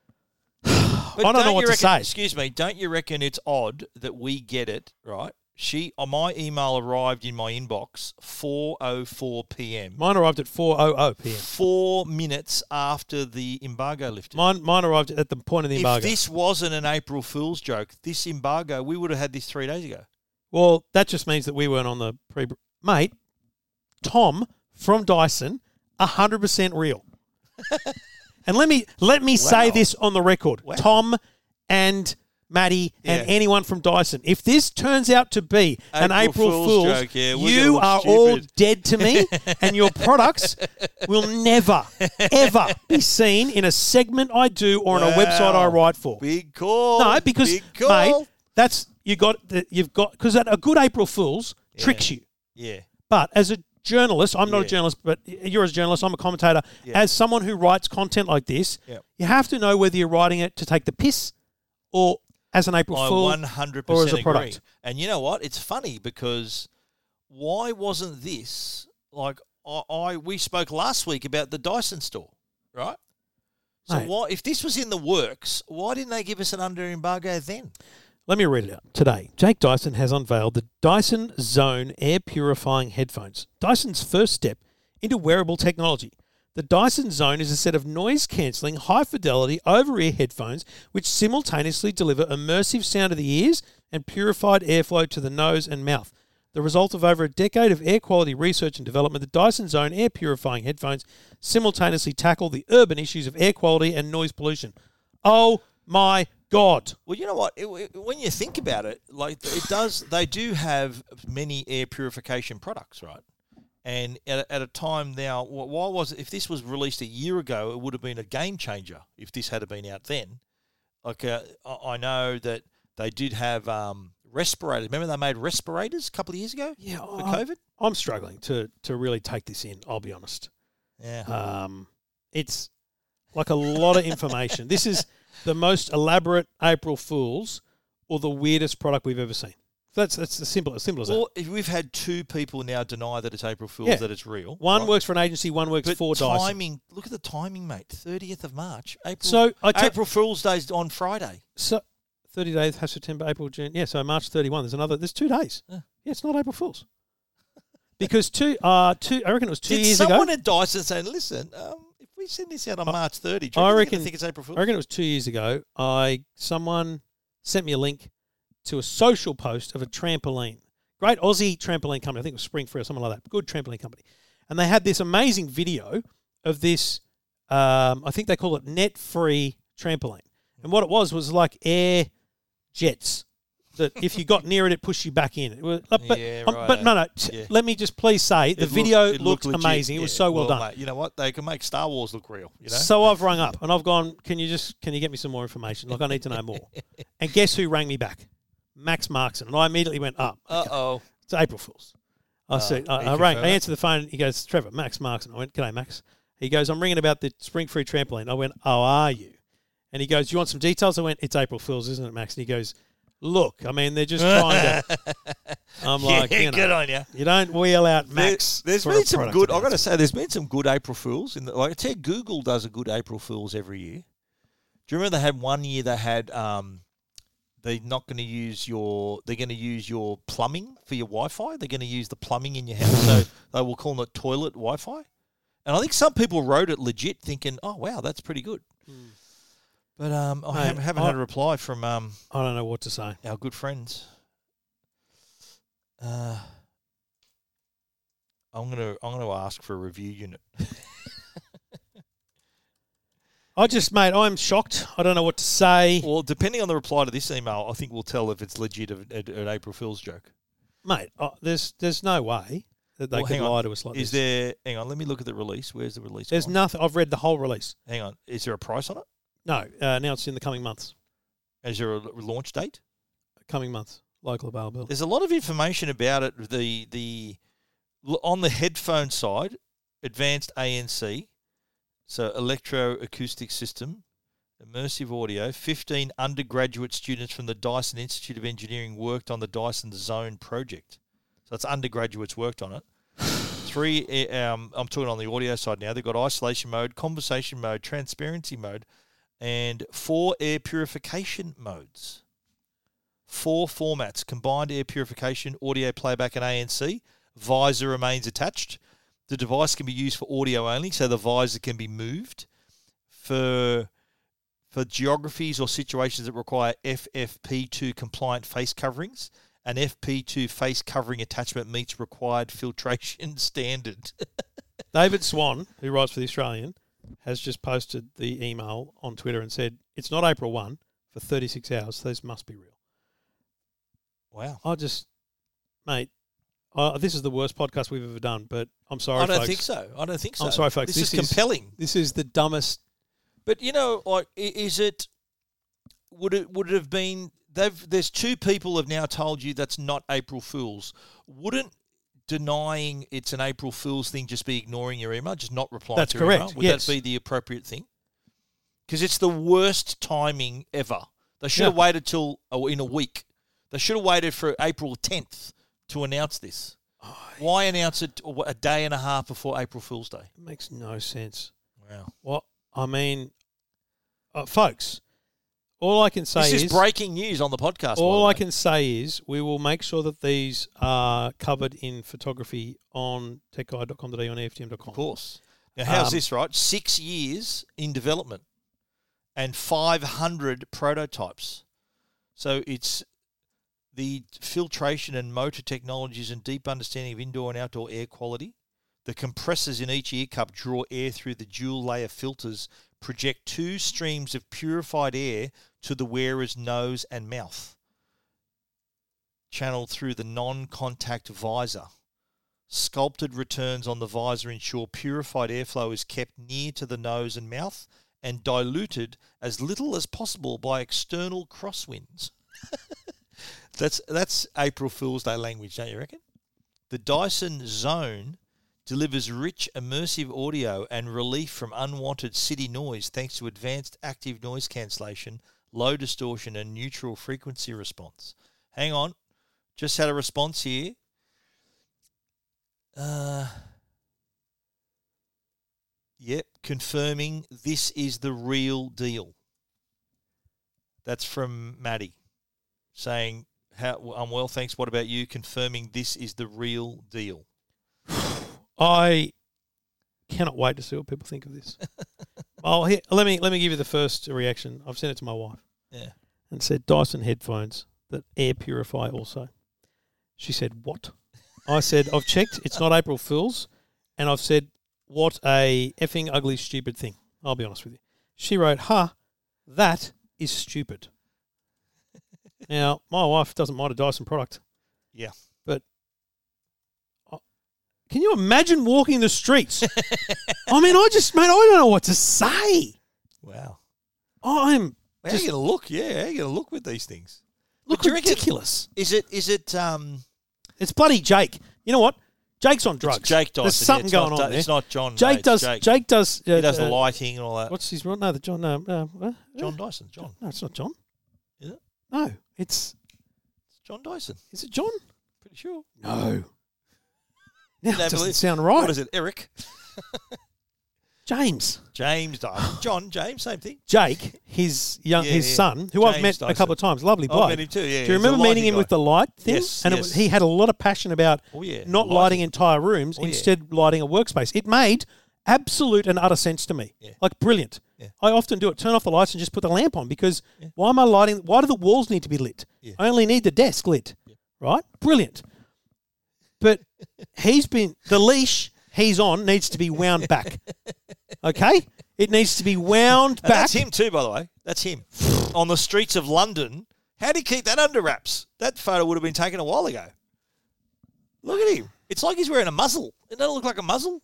S1: But
S2: I don't know
S1: you
S2: what to
S1: reckon-
S2: say.
S1: Excuse me. Don't you reckon it's odd that we get it right? She, uh, my email arrived in my inbox 4:04 p.m.
S2: Mine arrived at 4:00 p.m.
S1: four minutes after the embargo lifted.
S2: Mine mine arrived at the point of the
S1: if
S2: embargo.
S1: this wasn't an April Fool's joke, this embargo, we would have had this three days ago.
S2: well, that just means that we weren't on the pre. Mate, Tom from Dyson, hundred percent real. and let me let me say
S1: Wow.
S2: this on the record,
S1: Wow.
S2: Tom and. Maddie and
S1: Yeah.
S2: anyone from Dyson, if this turns out to be an
S1: April
S2: April
S1: Fool's
S2: Fool's,
S1: joke, yeah, we're gonna
S2: you
S1: look
S2: are all
S1: stupid.
S2: dead to me, and your products will never, ever be seen in a segment I do or on a website I
S1: Wow.
S2: write for.
S1: Big call.
S2: No, because
S1: big call.
S2: mate, that's you got the, you've got because a good April Fool's tricks you.
S1: yeah,
S2: But as a journalist, I'm not
S1: Yeah.
S2: a journalist, but you're a journalist. I'm a commentator. As someone who writes content like this,
S1: Yeah.
S2: you have to know whether you're writing it to take the piss or as an April
S1: I
S2: Fool.
S1: one hundred
S2: or as
S1: percent
S2: a
S1: agree.
S2: product.
S1: And you know what? It's funny because why wasn't this like I, I we spoke last week about the Dyson store, right? So
S2: Mate.
S1: why, if this was in the works, why didn't they give us an under embargo then?
S2: Let me read it out. Today, Jake Dyson has unveiled the Dyson Zone air purifying headphones, Dyson's first step into wearable technology. The Dyson Zone is a set of noise cancelling, high fidelity over ear headphones which simultaneously deliver immersive sound to the ears and purified airflow to the nose and mouth. The result of over a decade of air quality research and development, the Dyson Zone air purifying headphones simultaneously tackle the urban issues of air quality and noise pollution. Oh my God!
S1: Well, you know what? It, it- when you think about it, like it does, they do have many air purification products, right? And at, a- at a time now, wh- why was it, if this was released a year ago, it would have been a game changer if this had been out then. Like uh, I I know that they did have um, respirators. Remember they made respirators a couple of years ago
S2: Yeah,
S1: for
S2: I-
S1: COVID.
S2: I'm struggling to to really take this in. I'll be honest.
S1: Yeah,
S2: Um, it's like a lot of information. this is the most elaborate April Fools or the weirdest product we've ever seen. That's that's as simple as simple as
S1: Well, if we've had two people now deny that it's April Fool's,
S2: Yeah.
S1: that it's real.
S2: that. One
S1: right?
S2: works for an agency, one works
S1: But
S2: for Dyson.
S1: timing, look at the timing, mate. Thirtieth of March, April.
S2: So I ta-
S1: April Fool's Day's on Friday.
S2: so thirty days have September, April, June. Yeah, so March thirty one. There's another. There's two days.
S1: Yeah.
S2: Yeah, it's not April Fools because two uh two. I reckon it was two
S1: Did
S2: years ago.
S1: someone at Dyson say, "Listen, um, if we send this out on March 30, do you
S2: I
S1: reckon they're
S2: reckon-
S1: gonna think it's April Fool's."
S2: I reckon it was two years ago. I someone sent me a link to a social post of a trampoline, great Aussie trampoline company. I think it was Spring Free or something like that. Good trampoline company, and they had this amazing video of this. Um, I think they call it net free trampoline, and what it was was like air jets that if you got near it, it pushed you back in. It was, but,
S1: Yeah,
S2: um,
S1: right,
S2: but no, no. t-
S1: yeah.
S2: Let me just please say the
S1: It
S2: video
S1: it
S2: looked,
S1: legit.
S2: amazing. It was
S1: Yeah,
S2: so well, done.
S1: mate, you know what? They can make Star Wars look real. You know,
S2: So I've rung up and I've gone, can you just can you get me some more information? Like I need to know more. and guess who rang me back? Max Markson. And I immediately went up.
S1: uh oh,
S2: It's April Fools. I said,
S1: you
S2: I, I rang.
S1: confirm
S2: I
S1: it?
S2: answered the phone. He goes, Trevor, Max Markson. I went, g'day, Max. He goes, I'm ringing about the spring free trampoline. I went, oh, are you? And he goes, do you want some details? I went, it's April Fools, isn't it, Max? And he goes, look, I mean, they're just trying to. I'm like,
S1: yeah,
S2: you,
S1: good
S2: know,
S1: on you.
S2: you don't wheel out Max.
S1: There's
S2: for a
S1: been some
S2: product
S1: good. I've got
S2: announcement.
S1: to say, there's been some good April Fools. In the, like I tell you, Google does a good April Fools every year. Do you remember they had one year they had um, they're not going to use your they're going to use your plumbing for your Wi-Fi. They're going to use the plumbing in your house, so they were calling it toilet Wi-Fi. And I think some people wrote it legit, thinking, "Oh wow, that's pretty good." But um, I
S2: Hmm. Mate,
S1: haven't, haven't
S2: I-
S1: had a reply from um,
S2: I don't know what to say.
S1: our good friends. Uh, I'm gonna I'm gonna ask for a review unit.
S2: I just, mate, I'm shocked. I don't know what to say,
S1: Well, depending on the reply to this email, I think we'll tell if it's legit of an, an April Fool's joke.
S2: mate. Oh, there's, there's no way that they
S1: Well,
S2: could
S1: hang
S2: lie
S1: on.
S2: to us like
S1: Is
S2: this.
S1: there? Hang on, let me look at the release. Where's the release?
S2: There's
S1: gone?
S2: nothing. I've read the whole release.
S1: Hang on. Is there a price on it?
S2: No, uh, now it's in the coming months.
S1: Is there a l- launch date?
S2: Coming months, local availability.
S1: There's a lot of information about it. The the l- on the headphone side, advanced ANC, so electroacoustic system, immersive audio. Fifteen undergraduate students from the Dyson Institute of Engineering worked on the Dyson Zone project. So it's undergraduates worked on it. Three, eh, um, I'm talking on the audio side now. They've got isolation mode, conversation mode, transparency mode, and four air purification modes four formats combined air purification, audio playback, and ANC. Visor remains attached. The device can be used for audio only, so the visor can be moved. For for geographies or situations that require FFP2 compliant face coverings, an FP2 face covering attachment meets required filtration standard.
S2: David Swan, who writes for the Australian, has just posted the email on Twitter and said it's not April one for 36 hours. So this must be real.
S1: Wow.
S2: I just, mate, uh, this is the worst podcast we've ever done. But I'm sorry,
S1: I don't
S2: folks.
S1: think so. I don't think so.
S2: I'm sorry, folks.
S1: This,
S2: This
S1: is,
S2: is-
S1: compelling.
S2: This is the dumbest.
S1: But you know, like, i- is it? Would it? Would it have been? They've. There's two people have now told you that's not April Fools. Wouldn't denying it's an April Fools thing just be ignoring your email, just not replying?
S2: That's
S1: to your email?
S2: correct,
S1: Would
S2: yes.
S1: that be the appropriate thing? Because it's the worst timing ever. They should have
S2: Yeah.
S1: waited till oh, in a week. They should have waited for April 10th to announce this. Why announce it a a day and a half before April Fool's Day?
S2: It makes no sense.
S1: Wow.
S2: What I mean, uh, folks. All I can say
S1: This is,
S2: is
S1: breaking news on the podcast. by the
S2: All
S1: way.
S2: I can say is we will make sure that these are covered in photography on techguide.com.au on
S1: Of
S2: EFTM.com.
S1: course. Now, how's
S2: Um,
S1: this, right? Six years in development and 500 prototypes. So it's the filtration and motor technologies and deep understanding of indoor and outdoor air quality. The compressors in each ear cup draw air through the dual layer filters, project two streams of purified air to the wearer's nose and mouth, channeled through the non contact visor. Sculpted returns on the visor ensure purified airflow is kept near to the nose and mouth and diluted as little as possible by external crosswinds. that's that's April Fool's Day language, don't you reckon? The Dyson Zone delivers rich immersive audio and relief from unwanted city noise thanks to advanced active noise cancellation, low distortion and neutral frequency response. Hang on. Just had a response here. Uh, yep, confirming this is the real deal. That's from Maddie saying, How, I'm well, thanks. What about you? Confirming this is the real deal.
S2: I cannot wait to see what people think of this. well, here, let me let me give you the first reaction. I've sent it to my wife
S1: Yeah.
S2: and said Dyson headphones that air purify also. She said, "What?" I said, "I've checked. It's not April Fools," and I've said, "What a effing ugly stupid thing." I'll be honest with you. She wrote, "Ha, that is stupid." now, my wife doesn't mind a Dyson product.
S1: Yeah.
S2: but I- can you imagine walking the streets? I mean, I just, mate, I don't know what to say.
S1: Wow.
S2: I'm
S1: How
S2: Just-
S1: you going to look? Yeah, how you going to look with these things?
S2: look
S1: do you reckon-
S2: ridiculous.
S1: Is it, is it, um,
S2: It's bloody Jake. You know what? Jake's on drugs.
S1: it's Jake Dyson?
S2: There's something
S1: it's
S2: going
S1: not,
S2: on
S1: Da-
S2: there.
S1: It's not John. mate,
S2: Jake
S1: it's
S2: does.
S1: Jake.
S2: Jake, does. Uh,
S1: he does the
S2: uh,
S1: lighting and all that.
S2: What's his real? No, the John. No, uh, what?
S1: John Dyson. John.
S2: No, it's not John.
S1: Is it?
S2: No, it's
S1: It's John Dyson.
S2: is it John?
S1: Pretty sure.
S2: No. Now it
S1: No,
S2: doesn't
S1: believe-
S2: sound right.
S1: What is it? Eric.
S2: James.
S1: James Dyson. John, James, same thing.
S2: Jake, his young,
S1: Yeah,
S2: his
S1: yeah.
S2: son, who I've
S1: James
S2: met a
S1: Dyson.
S2: couple of times, lovely
S1: I've
S2: bloke.
S1: Oh, met him too, yeah,
S2: Do you
S1: he's a
S2: remember meeting
S1: lighty
S2: him
S1: guy.
S2: with the light thing?
S1: Yes,
S2: and it
S1: yes.
S2: was, he had a lot of passion about
S1: Oh, yeah,
S2: not
S1: lighting.
S2: lighting entire rooms,
S1: Oh, yeah.
S2: instead lighting a workspace. It made absolute and utter sense to me.
S1: Yeah.
S2: Like brilliant.
S1: Yeah.
S2: I often do it. Turn off the lights and just put the lamp on because why am I lighting? Why do the walls need to be lit?
S1: Yeah.
S2: I only need the desk lit, right? Brilliant. But he's been the leash he's on needs to be wound back. Okay, It needs to be wound
S1: And
S2: back.
S1: that's him too, by the way. That's him on the streets of London. How do you keep that under wraps? That photo would have been taken a while ago. Look at him. It's like he's wearing a muzzle. It doesn't look like a muzzle.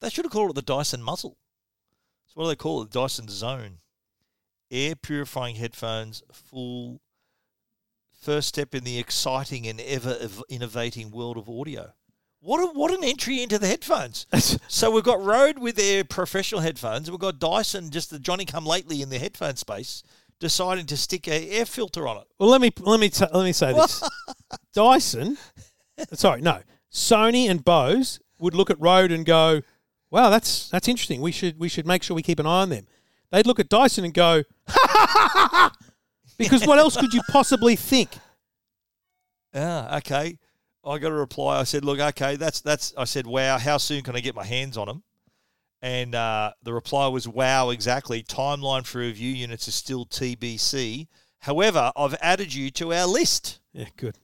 S1: They should have called it the Dyson muzzle. So what do they call it? The Dyson Zone. Air purifying headphones. Full first step in the exciting and ever ev- innovating world of audio. What a, what an entry into the headphones. So we've got Rode with their professional headphones, and we've got Dyson, just the Johnny Come Lately in the headphone space, deciding to stick a air filter on it.
S2: Well, let me let me t- let me say this: Dyson, sorry, no, Sony and Bose would look at Rode and go, "Wow, that's that's interesting. We should we should make sure we keep an eye on them." They'd look at Dyson and go, "Because what else could you possibly think?"
S1: Ah, okay. I got a reply. I said, "Look, okay, that's that's." I said, "Wow, how soon can I get my hands on them?" And uh, the reply was, "Wow, exactly. Timeline for review units is still TBC. However, I've added you to our list."
S2: Yeah, good.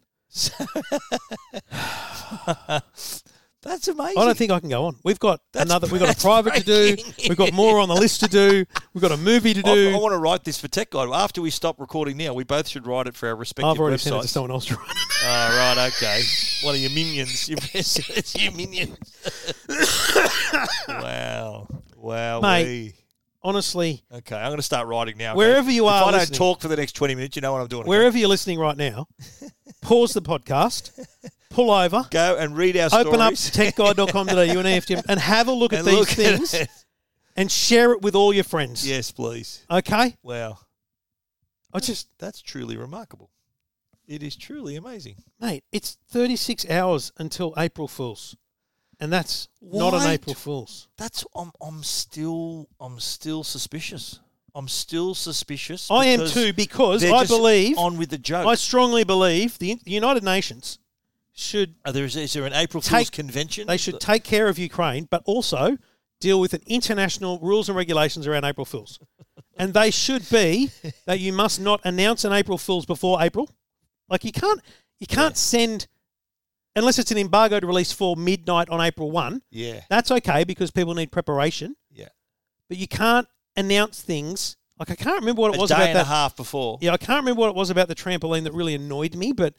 S1: That's amazing.
S2: I don't think I can go on. We've got
S1: That's-
S2: another. We've got a
S1: that's
S2: private to do.
S1: breaking.
S2: We've got more on the list to do. We've got a movie to
S1: I, I
S2: do.
S1: want to write this for Tech Guide. After we stop recording now, we both should write it for our respective
S2: I've already
S1: websites.
S2: sent it to someone else.
S1: Oh, right, okay. One of your minions. Your best- it's your minions. wow. Wow.
S2: Mate. Honestly,
S1: Okay, I'm going to start writing now. okay?
S2: Wherever you are
S1: If I don't
S2: listening-
S1: talk for the next 20 minutes, you know what I'm doing. okay?
S2: wherever you're listening right now, pause the podcast, pull over,
S1: Go and read our
S2: open up
S1: stories
S2: techguide.com.au and EFTM and have a look at
S1: and
S2: these
S1: look at
S2: things
S1: it.
S2: and share it with all your friends.
S1: Yes, please.
S2: Okay?
S1: Wow.
S2: I just,
S1: That's truly remarkable. It is truly amazing.
S2: mate, it's 36 hours until April Fool's. And that's not an
S1: What?
S2: April Fool's.
S1: That's I'm I'm still I'm still suspicious. I'm still suspicious.
S2: I am
S1: because
S2: too because
S1: they're
S2: I
S1: just
S2: believe,
S1: on with the joke.
S2: I strongly believe the, the United Nations should,
S1: Are there, is, is there an April
S2: Take-
S1: Fool's convention?
S2: they should take care of Ukraine, but also deal with an international rules and regulations around April Fool's. and they should be that you must not announce an April Fool's before April. Like you can't you can't send unless it's an embargo to release for midnight on April one.
S1: Yeah,
S2: That's okay because people need preparation,
S1: yeah.
S2: but you can't announce things like I can't remember what it
S1: A
S2: was
S1: day
S2: about
S1: and a
S2: that.
S1: half before.
S2: Yeah, I can't remember what it was about the trampoline that really annoyed me, but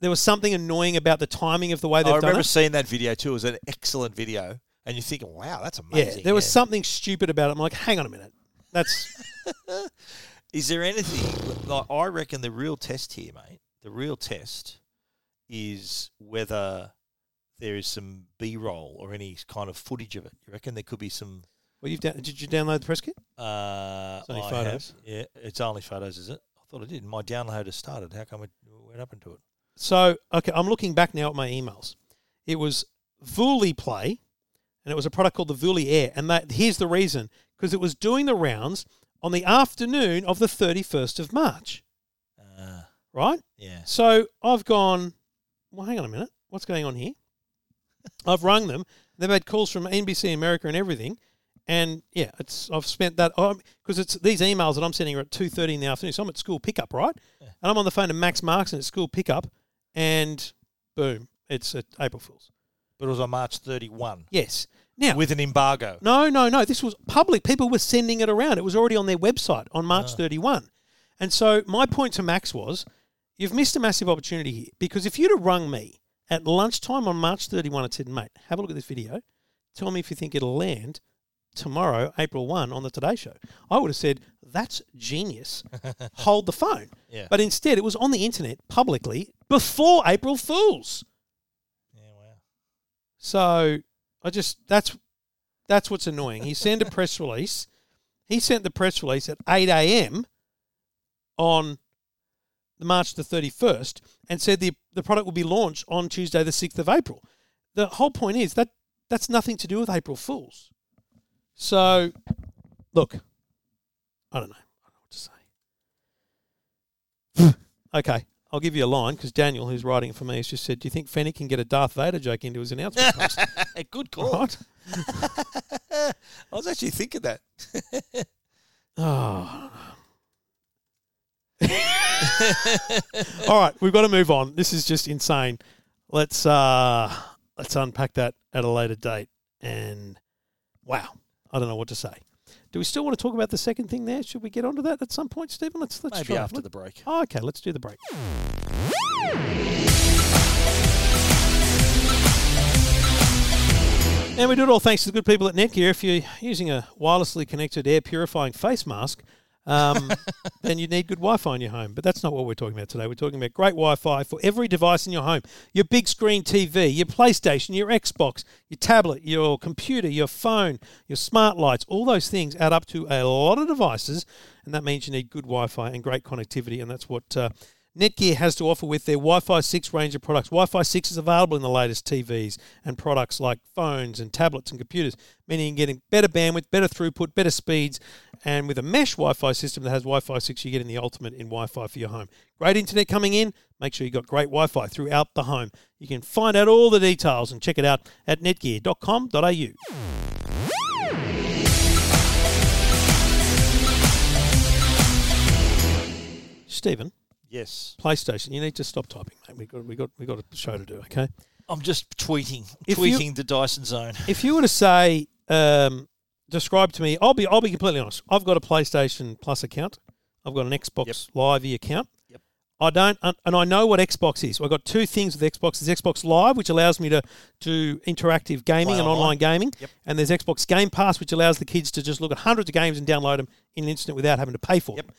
S2: there was something annoying about the timing of the way they've
S1: I
S2: done
S1: remember
S2: it.
S1: seeing that video too. It was an excellent video, and you're thinking, "Wow, that's
S2: Yeah,
S1: amazing."
S2: there was something stupid about it. I'm like, hang on a minute. That's
S1: Is there anything? Like, I reckon the real test here, mate. The real test is whether there is some B-roll or any kind of footage of it. You reckon there could be some?
S2: well, you've down did you download the press kit?
S1: Uh,
S2: only
S1: I
S2: photos.
S1: have- yeah, it's only photos, is it? I thought I did. My download has started. How come it went up into it?
S2: So okay, I'm looking back now at my emails. It was Vuli Play, and it was a product called the Vuli Air. And that here's the reason because it was doing the rounds on the afternoon of the 31st of March,
S1: Uh,
S2: right?
S1: yeah.
S2: So I've gone. Well, hang on a minute. What's going on here? I've rung them. They've had calls from NBC America and everything. And yeah, it's I've spent that because it's these emails that I'm sending are at two thirty in the afternoon. So I'm at school pickup, right? And I'm on the phone to Max Markson at school pickup, and boom, it's at April Fools.
S1: But it was on March 31
S2: Yes. Now,
S1: with an embargo.
S2: no, no, no. This was public. People were sending it around. It was already on their website on March 31. And so my point to Max was, you've missed a massive opportunity here because if you'd have rung me at lunchtime on March 31 and said, mate, have a look at this video, tell me if you think it'll land tomorrow, April 1, on the Today Show, I would have said, that's genius. Hold the phone.
S1: Yeah.
S2: But instead, it was on the internet publicly before April Fool's.
S1: Yeah, wow.
S2: So I just that's that's what's annoying. He sent a press release. He sent the press release at eight a.m. on the March the thirty first, and said the the product will be launched on Tuesday the sixth of April. The whole point is that that's nothing to do with April Fools. So, look, I don't know. I don't know what to say. okay, I'll give you a line because Daniel, who's writing for me, has just said, "Do you think Fennec can get a Darth Vader joke into his announcement post?"
S1: A good call.
S2: Right?
S1: I was actually thinking that.
S2: Oh. All right, we've got to move on. This is just insane. Let's uh let's unpack that at a later date. And wow, I don't know what to say. Do we still want to talk about the second thing there? Should we get onto that at some point, Stephen? Let's let's
S1: Maybe
S2: try.
S1: after
S2: Let-
S1: the break.
S2: Oh, okay, let's do the break. And we do it all thanks to the good people at Netgear. If you're using a wirelessly connected air purifying face mask, um, then you need good Wi Fi in your home. But that's not what we're talking about today. We're talking about great Wi Fi for every device in your home your big screen TV, your PlayStation, your Xbox, your tablet, your computer, your phone, your smart lights. All those things add up to a lot of devices. And that means you need good Wi Fi and great connectivity. And that's what. Uh, Netgear has to offer with their Wi Fi 6 range of products. Wi Fi 6 is available in the latest TVs and products like phones and tablets and computers, meaning you're getting better bandwidth, better throughput, better speeds. And with a mesh Wi Fi system that has Wi Fi 6, you're getting the ultimate in Wi Fi for your home. Great internet coming in. Make sure you've got great Wi Fi throughout the home. You can find out all the details and check it out at netgear.com.au. Stephen.
S1: Yes.
S2: PlayStation. You need to stop typing, mate. We got we got we got a show to do. Okay.
S1: I'm just tweeting,
S2: If you-
S1: tweeting the Dyson Zone.
S2: If you were to say, um, describe to me, I'll be I'll be completely honest. I've got a PlayStation Plus account. I've got an Xbox
S1: Yep.
S2: Live E account.
S1: Yep.
S2: I don't, and- and I know what Xbox is. I've got two things with Xbox. There's Xbox Live, which allows me to do interactive gaming
S1: Play
S2: and online,
S1: online.
S2: gaming.
S1: Yep.
S2: And there's Xbox Game Pass, which allows the kids to just look at hundreds of games and download them in an instant without having to pay for
S1: Yep.
S2: them.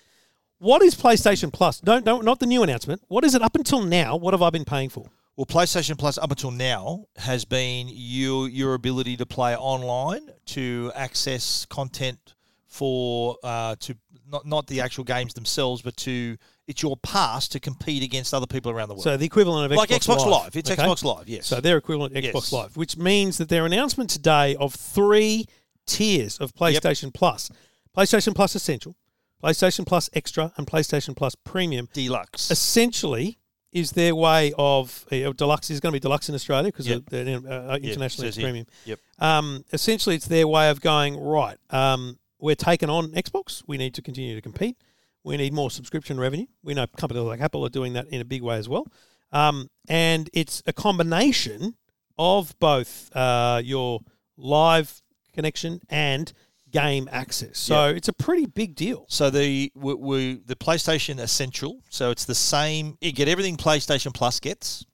S2: What is PlayStation Plus? Don't, don't, not the new announcement. What is it up until now? What have I been paying for?
S1: Well, PlayStation Plus up until now has been you, your ability to play online, to access content for uh, to not not the actual games themselves, but to it's your pass to compete against other people around the world.
S2: So the equivalent of
S1: like
S2: Xbox,
S1: Xbox Live, it's
S2: okay?
S1: Xbox Live, yes.
S2: So their equivalent to Xbox
S1: Yes.
S2: Live, which means that their announcement today of three tiers of PlayStation Plus: PlayStation Plus Essential, PlayStation Plus Extra, and PlayStation Plus Premium.
S1: Deluxe.
S2: Essentially, is their way of uh, deluxe is going to be deluxe in Australia because
S1: Yep.
S2: they're uh, internationally
S1: says
S2: it's
S1: here.
S2: premium.
S1: Yep.
S2: Um, essentially, it's their way of going right. Um, we're taking on Xbox. We need to continue to compete. We need more subscription revenue. We know companies like Apple are doing that in a big way as well. Um, and it's a combination of both uh, your live connection and game access. So it's a pretty big deal.
S1: So the we, we, the PlayStation Essential, so it's the same. You get everything PlayStation Plus gets.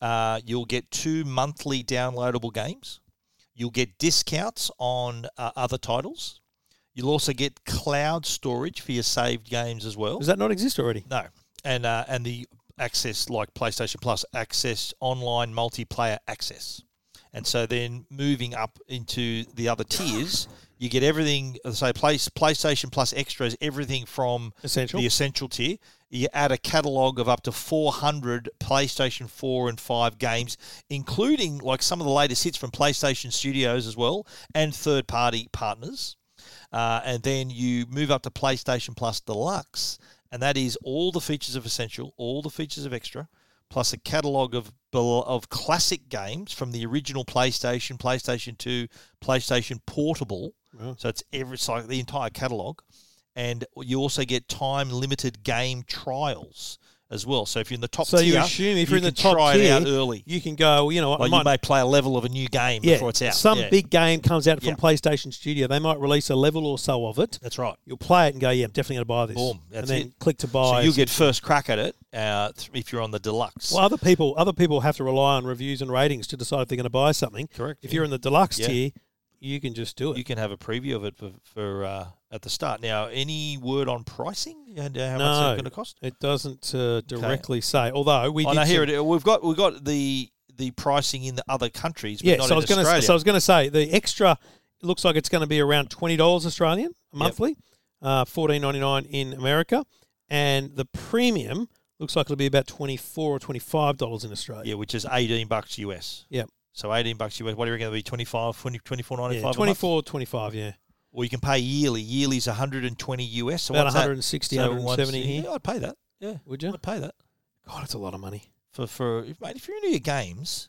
S1: Uh, you'll get two monthly downloadable games. You'll get discounts on uh, other titles. You'll also get cloud storage for your saved games as well.
S2: Does that not exist already?
S1: No, and uh, and the access like PlayStation Plus access online multiplayer access, and so then moving up into the other tiers, you get everything. Say, place PlayStation Plus extras, everything from
S2: Essential.
S1: the essential tier. You add a catalog of up to 400 PlayStation 4 and 5 games, including like some of the latest hits from PlayStation Studios as well and third party partners. Uh, and then you move up to PlayStation Plus Deluxe, and that is all the features of Essential, all the features of Extra, plus a catalog of bel- of classic games from the original PlayStation, PlayStation 2, PlayStation Portable. So it's every it's like the entire catalog, and you also get time limited game trials as well. So if you're in the top
S2: So
S1: tier,
S2: you assume if you are in the
S1: can
S2: top
S1: try
S2: tier,
S1: it out early.
S2: you can go. You know, what, I
S1: Like
S2: might
S1: you may play a level of a new game
S2: yeah,
S1: before it's out.
S2: Some
S1: Yeah.
S2: big game comes out from
S1: Yeah.
S2: PlayStation Studio. They might release a level or so of it.
S1: That's right.
S2: You'll play it and go, yeah, I'm definitely going to buy this.
S1: Boom,
S2: and
S1: that's
S2: then
S1: it.
S2: click to
S1: So
S2: buy.
S1: you'll get first crack at it uh, th- if you're on the deluxe.
S2: well, other people, other people have to rely on reviews and ratings to decide if they're going to buy something.
S1: Correct,
S2: If
S1: yeah.
S2: you're in the deluxe
S1: Yeah.
S2: tier, you can just do it.
S1: you can have a preview of it for, for uh, at the start. Now, any word on pricing and uh, how much
S2: No.
S1: it's going to cost?
S2: it doesn't uh, directly say. Although we
S1: I
S2: did
S1: know here
S2: some-
S1: it is. we've got we've got the the pricing in the other countries. But
S2: Yeah,
S1: not
S2: so
S1: in
S2: I was going to
S1: Australia.
S2: so I was going to say the extra it looks like it's going to be around twenty dollars Australian monthly, uh, fourteen ninety nine in America, and the premium looks like it'll be about twenty four or twenty five dollars in Australia.
S1: Uh, yeah, which is eighteen bucks US.
S2: Yep.
S1: So eighteen bucks US. What are you going to be 25, 20, 24
S2: Yeah,
S1: 95
S2: twenty four, twenty five. Yeah,
S1: Or you can pay yearly. Yearly is one hundred and twenty US. So
S2: about
S1: what's
S2: one
S1: that?
S2: hundred and sixty,
S1: So
S2: one hundred and seventy
S1: once-
S2: here.
S1: Yeah, I'd pay that. Yeah,
S2: Would you?
S1: I'd pay that
S2: God, it's a lot of money.
S1: for for if- mate. If you're into your games,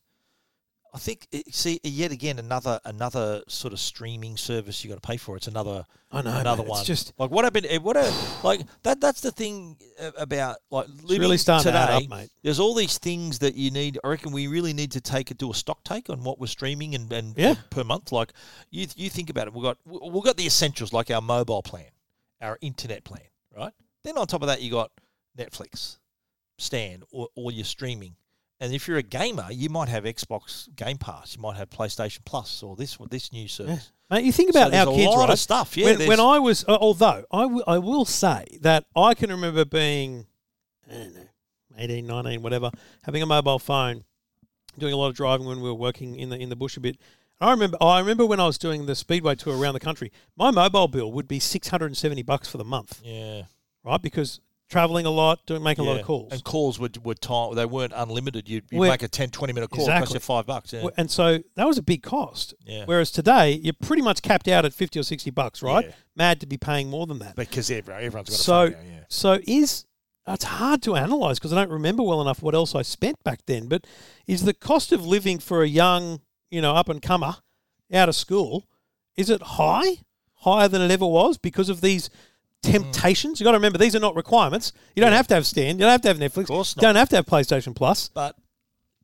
S1: I think it- see yet again another another sort of streaming service you got to pay for. It's another
S2: I know,
S1: another
S2: mate. It's
S1: one.
S2: just-
S1: like what happened. eh, What a like that. That's the thing uh, about like living
S2: really starting to
S1: today.
S2: add up, mate.
S1: There's all these things that you need. I reckon we really need to take a do a stock take on what we're streaming and, and
S2: Yeah.
S1: per month. Like you you think about it. We've got we- we've got the essentials like our mobile plan, our internet plan, right? Then on top of that you got Netflix, Stan, or, or your streaming. And if you're a gamer, you might have Xbox Game Pass, you might have PlayStation Plus, or this this new service.
S2: Mate, you think
S1: So
S2: about
S1: there's
S2: our
S1: a
S2: kids,
S1: lot of
S2: right?
S1: stuff, yeah,
S2: When,
S1: there's-
S2: when I was, uh, although I, w- I will say that I can remember being, I don't know, 18, 19, whatever, having a mobile phone, doing a lot of driving when we were working in the in the bush a bit. I remember, I remember when I was doing the speedway tour around the country, my mobile bill would be six hundred and seventy bucks for the month,
S1: Yeah,
S2: right? Because traveling a lot, doing making a lot
S1: Yeah.
S2: of calls,
S1: And calls were were time they weren't unlimited. You'd, you'd
S2: Well,
S1: make a 10, 20 minute call, it cost
S2: exactly.
S1: you five bucks. Yeah.
S2: Well, And so that was a big cost.
S1: Yeah.
S2: Whereas today, you're pretty much capped out at 50 or 60 bucks, right?
S1: Yeah.
S2: Mad to be paying more than that.
S1: because everyone, everyone's got a phone
S2: So,
S1: now, yeah.
S2: so is it's hard to analyze because I don't remember well enough what else I spent back then. But is the cost of living for a young, you know, up and comer out of school, is it high, higher than it ever was because of these temptations? You got to remember these are not requirements. You don't have to have Stan. You don't have to have Netflix. Of
S1: course not.
S2: You don't have to have PlayStation Plus.
S1: but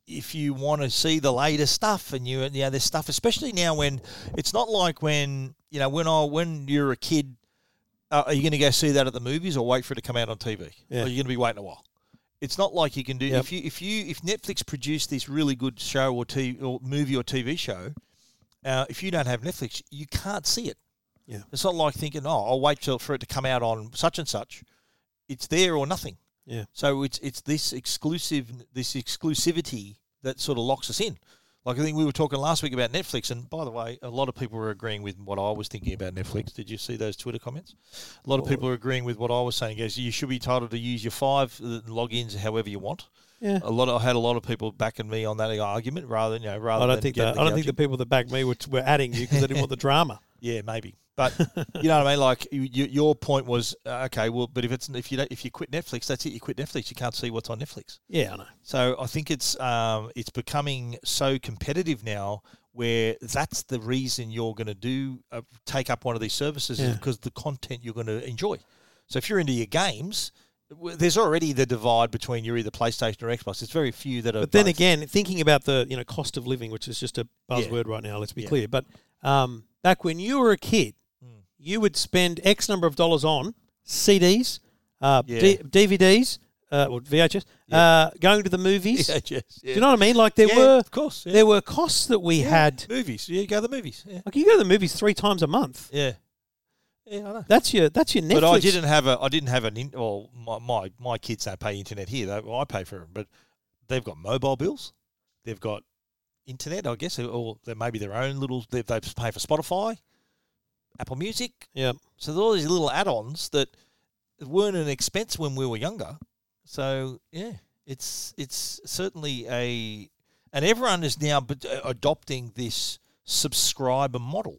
S1: if you want to see the latest stuff and you, you know, there's stuff, especially now when it's not like when you know when I when you're a kid, uh, are you going to go see that at the movies or wait for it to come out on TV?
S2: Yeah.
S1: Or are you going to be waiting a while? It's not like you can do
S2: Yep.
S1: if you if you if Netflix produced this really good show or TV or movie or TV show, uh, if you don't have Netflix, you can't see it.
S2: Yeah.
S1: It's not like thinking, oh, I'll wait till for it to come out on such and such. It's there or nothing.
S2: Yeah.
S1: So it's it's this exclusive this exclusivity that sort of locks us in. Like I think we were talking last week about Netflix, and by the way, a lot of people were agreeing with what I was thinking about Netflix. Did you see those Twitter comments? A lot of people are agreeing with what I was saying. As you should be entitled to use your five uh, logins however you want.
S2: Yeah.
S1: A lot. Of, I had a lot of people backing me on that argument rather than you know rather.
S2: I don't
S1: than
S2: think
S1: getting
S2: that, I don't think the
S1: gadget.
S2: people that backed me were, were adding you because they didn't want the drama.
S1: Yeah, maybe. But you know what I mean. Like you, you, your point was uh, okay. Well, but if it's if you don't, if you quit Netflix, that's it. You quit Netflix. You can't see what's on Netflix.
S2: Yeah, I know.
S1: So I think it's um, it's becoming so competitive now, where that's the reason you're going to do uh, take up one of these services
S2: Yeah.
S1: is because the content you're going to enjoy. So if you're into your games, w- there's already the divide between you're either PlayStation or Xbox. There's very few that are.
S2: But then
S1: both.
S2: again, thinking about the you know cost of living, which is just a buzzword right now. Let's be clear. But um, back when you were a kid,
S1: Mm.
S2: you would spend X number of dollars on CDs, uh, D- DVDs, uh, or VHS, uh, going to the movies.
S1: yeah, yes,
S2: Do
S1: yeah.
S2: you know what I mean? Like there
S1: Yeah,
S2: were
S1: of course, yeah.
S2: there were costs that we had.
S1: movies. Yeah, you go to the movies. Yeah,
S2: Like you go to the movies three times a month.
S1: yeah, yeah I know.
S2: That's your that's your Netflix.
S1: But I didn't have a. I didn't have an. In, well, my, my my kids don't pay internet here. They, well, I pay for them, but they've got mobile bills. They've got internet, I guess, or they maybe their own little. They, they pay for Spotify, Apple Music.
S2: Yeah.
S1: So there's all these little add-ons that weren't an expense when we were younger. So yeah, it's it's certainly a, and everyone is now b- uh, adopting this subscriber model.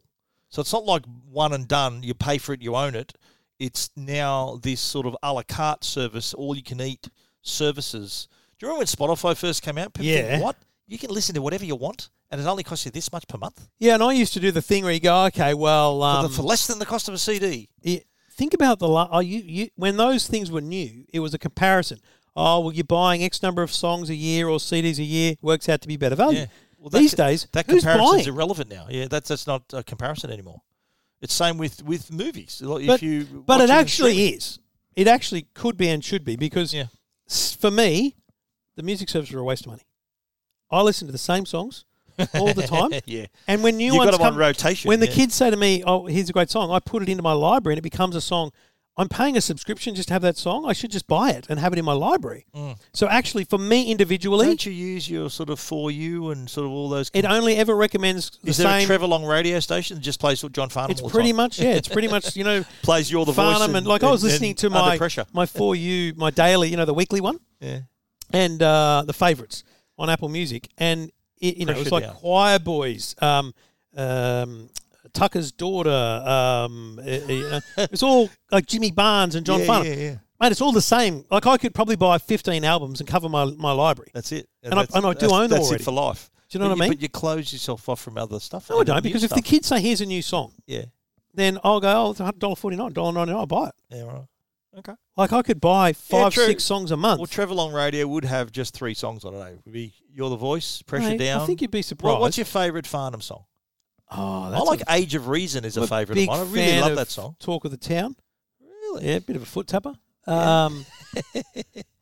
S1: So it's not like one and done. You pay for it, you own it. It's now this sort of a la carte service, all you can eat services. Do you remember when Spotify first came out? People think,
S2: Yeah.
S1: what you can listen to whatever you want, and it only costs you this much per month
S2: Yeah, and I used to do the thing where you go, okay, well,
S1: for,
S2: um,
S1: the, for less than the cost of a CD.
S2: it, think about the la- oh, you, you when those things were new, it was a comparison. Oh, well, you're buying X number of songs a year or CDs a year works out to be better value.
S1: that
S2: These
S1: co-
S2: days,
S1: that
S2: who's
S1: comparison's
S2: buying?
S1: irrelevant now. Yeah, that's that's not a comparison anymore. It's same with with movies. Like
S2: but
S1: if you watch
S2: but it
S1: on
S2: actually
S1: streaming-
S2: is. It actually could be and should be because
S1: Yeah.
S2: s- for me, the music services are a waste of money. I listen to the same songs all the time.
S1: yeah.
S2: And when new
S1: You got
S2: ones
S1: them on
S2: come,
S1: rotation,
S2: when the
S1: yeah.
S2: kids say to me, "Oh, here's a great song," I put it into my library and it becomes a song. I'm paying a subscription just to have that song. I should just buy it and have it in my library. So actually, for me individually,
S1: Don't you use your sort of for you and sort of all those?
S2: it only ever recommends the
S1: is there a
S2: same.
S1: Trevor Long radio station that just plays what John Farnham?
S2: it's
S1: all the
S2: pretty
S1: time?
S2: much yeah. It's pretty much you know
S1: plays you're the voice.
S2: Farnham and like I was
S1: and-
S2: listening
S1: and
S2: to
S1: Under
S2: my
S1: pressure.
S2: my for you my daily you know the weekly one
S1: Yeah.
S2: and uh, the favorites on Apple Music and it, you know it was
S1: Pressure
S2: like
S1: down.
S2: Choir Boys. Um, um, Tucker's daughter, um, eh, eh, you know, it's all like Jimmy Barnes and John
S1: Yeah,
S2: Farnham.
S1: yeah, yeah.
S2: Mate, it's all the same. Like I could probably buy 15 albums and cover my, my library.
S1: That's it.
S2: And I-
S1: that's-
S2: and I do
S1: that's-
S2: own
S1: that's
S2: already.
S1: it for life.
S2: Do you know
S1: but
S2: what I mean?
S1: But you close yourself off from other stuff.
S2: no, I
S1: other
S2: don't.
S1: new
S2: Because if the
S1: stuff.
S2: kids say, here's a new song,
S1: yeah,
S2: then I'll go, oh, it's $1.49, $1.99, I'll buy it.
S1: yeah, right. Okay.
S2: Like I could buy five,
S1: true.
S2: six songs a month.
S1: Well, Trevor Long Radio would have just three songs on it. eh? It would be "You're the Voice," "Pressure
S2: Mate,
S1: Down."
S2: I think you'd be surprised.
S1: Well, what's your favourite Farnham song?
S2: oh,
S1: I
S2: that's
S1: like
S2: a-
S1: "Age of Reason" is
S2: I'm
S1: a favourite of
S2: big
S1: mine. I really
S2: fan
S1: love
S2: of
S1: that song.
S2: Talk of the Town.
S1: Really?
S2: Yeah, bit of a foot tapper. Um,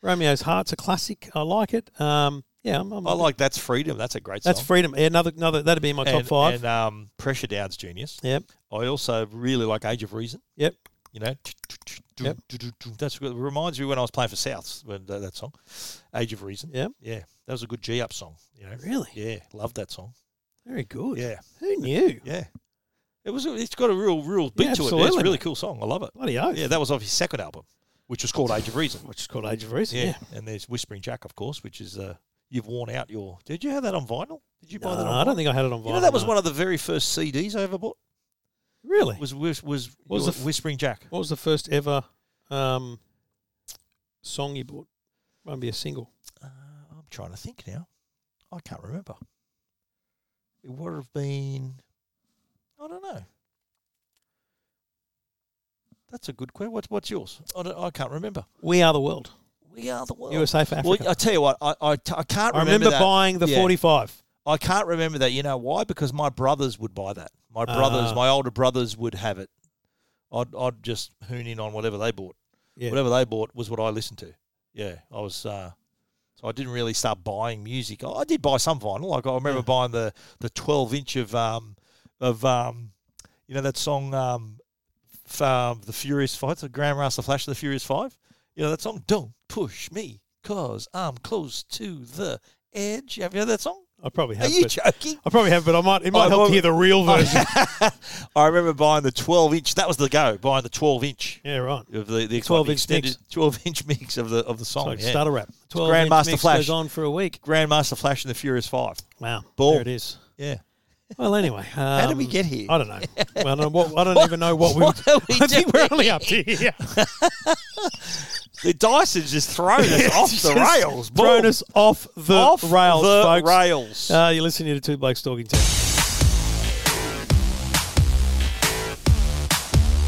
S2: Romeo's Heart's a classic. I like it. Um, yeah, I'm, I'm,
S1: I like "That's Freedom." That's a great
S2: That's
S1: song.
S2: freedom. Yeah, another, another. That'd be in my top
S1: and,
S2: five.
S1: And um, "Pressure Down's" genius.
S2: yep,
S1: I also really like "Age of Reason."
S2: yep.
S1: You know,
S2: Yep.
S1: that's what reminds me when I was playing for Souths when that, that song, "Age of Reason."
S2: Yep.
S1: Yeah, that was a good G up song. You know,
S2: Really?
S1: yeah, love that song.
S2: Very good.
S1: Yeah,
S2: Who knew?
S1: yeah. It was. It's got a real, real beat to it. It's
S2: absolutely,
S1: a really
S2: mate.
S1: cool song. I love it.
S2: Bloody oath.
S1: Yeah, that was off his second album, which was called Age of Reason.
S2: Which is called Age of Reason.
S1: Yeah.
S2: Yeah.
S1: And there's Whispering Jack, of course, which is uh, you've worn out your. Did you have that on vinyl? Did you buy that
S2: Nah,
S1: on?
S2: I don't
S1: vinyl?
S2: think I had it on vinyl.
S1: You know that was
S2: no.
S1: one of the very first CDs I ever bought.
S2: Really?
S1: Was was was,
S2: What was
S1: your
S2: the f-
S1: Whispering Jack?
S2: What was the first ever um, song you bought? Might be a single.
S1: Uh, I'm trying to think now. I can't remember. It would have been. I don't know. That's a good question. What's what's yours? I, don't, I can't remember.
S2: We Are the World.
S1: We are the world.
S2: USA for
S1: Well,
S2: Africa.
S1: I tell you what, I, I, t- I can't
S2: I
S1: remember,
S2: remember
S1: that.
S2: buying the
S1: Yeah.
S2: 45.
S1: I can't remember that. You know why? Because my brothers would buy that. My brothers,
S2: Ah.
S1: my older brothers would have it. I'd, I'd just hoon in on whatever they bought.
S2: Yeah.
S1: Whatever they bought was what I listened to. Yeah, I was. Uh, so I didn't really start buying music. I I did buy some vinyl. Like I remember
S2: Yeah.
S1: buying the the twelve inch of um of um you know that song um, f- um the Furious Five, the Grand Master Flash, of the Furious Five. You know that song. Don't push me, cause I'm close to the edge. Have you heard that song?
S2: I probably
S1: Are
S2: have.
S1: you
S2: but-
S1: joking?
S2: I probably have, but I might. It might
S1: I
S2: help to
S1: probably-
S2: hear the real version.
S1: I remember buying the 12 inch. That was the go. Buying the 12 inch
S2: yeah, right.
S1: of the, the
S2: 12 inch
S1: extended
S2: mix.
S1: 12 inch mix of the of the
S2: So
S1: song. yeah.
S2: start a rap. Twelve
S1: Grandmaster
S2: inch mix
S1: Flash.
S2: goes on for a week.
S1: Grandmaster Flash and the Furious Five.
S2: Wow.
S1: Boom.
S2: There it is.
S1: Yeah.
S2: Well, anyway, um,
S1: How did we get here?
S2: I don't know. Well, I don't, what, I don't even know what we.
S1: What are we
S2: I think we're
S1: doing?
S2: only up to here.
S1: The Dyson's just thrown us off the
S2: Just
S1: rails.
S2: Thrown
S1: Boom.
S2: us off the
S1: off
S2: rails,
S1: the
S2: folks.
S1: rails.
S2: Uh, you're listening to Two Blokes Talking Tech.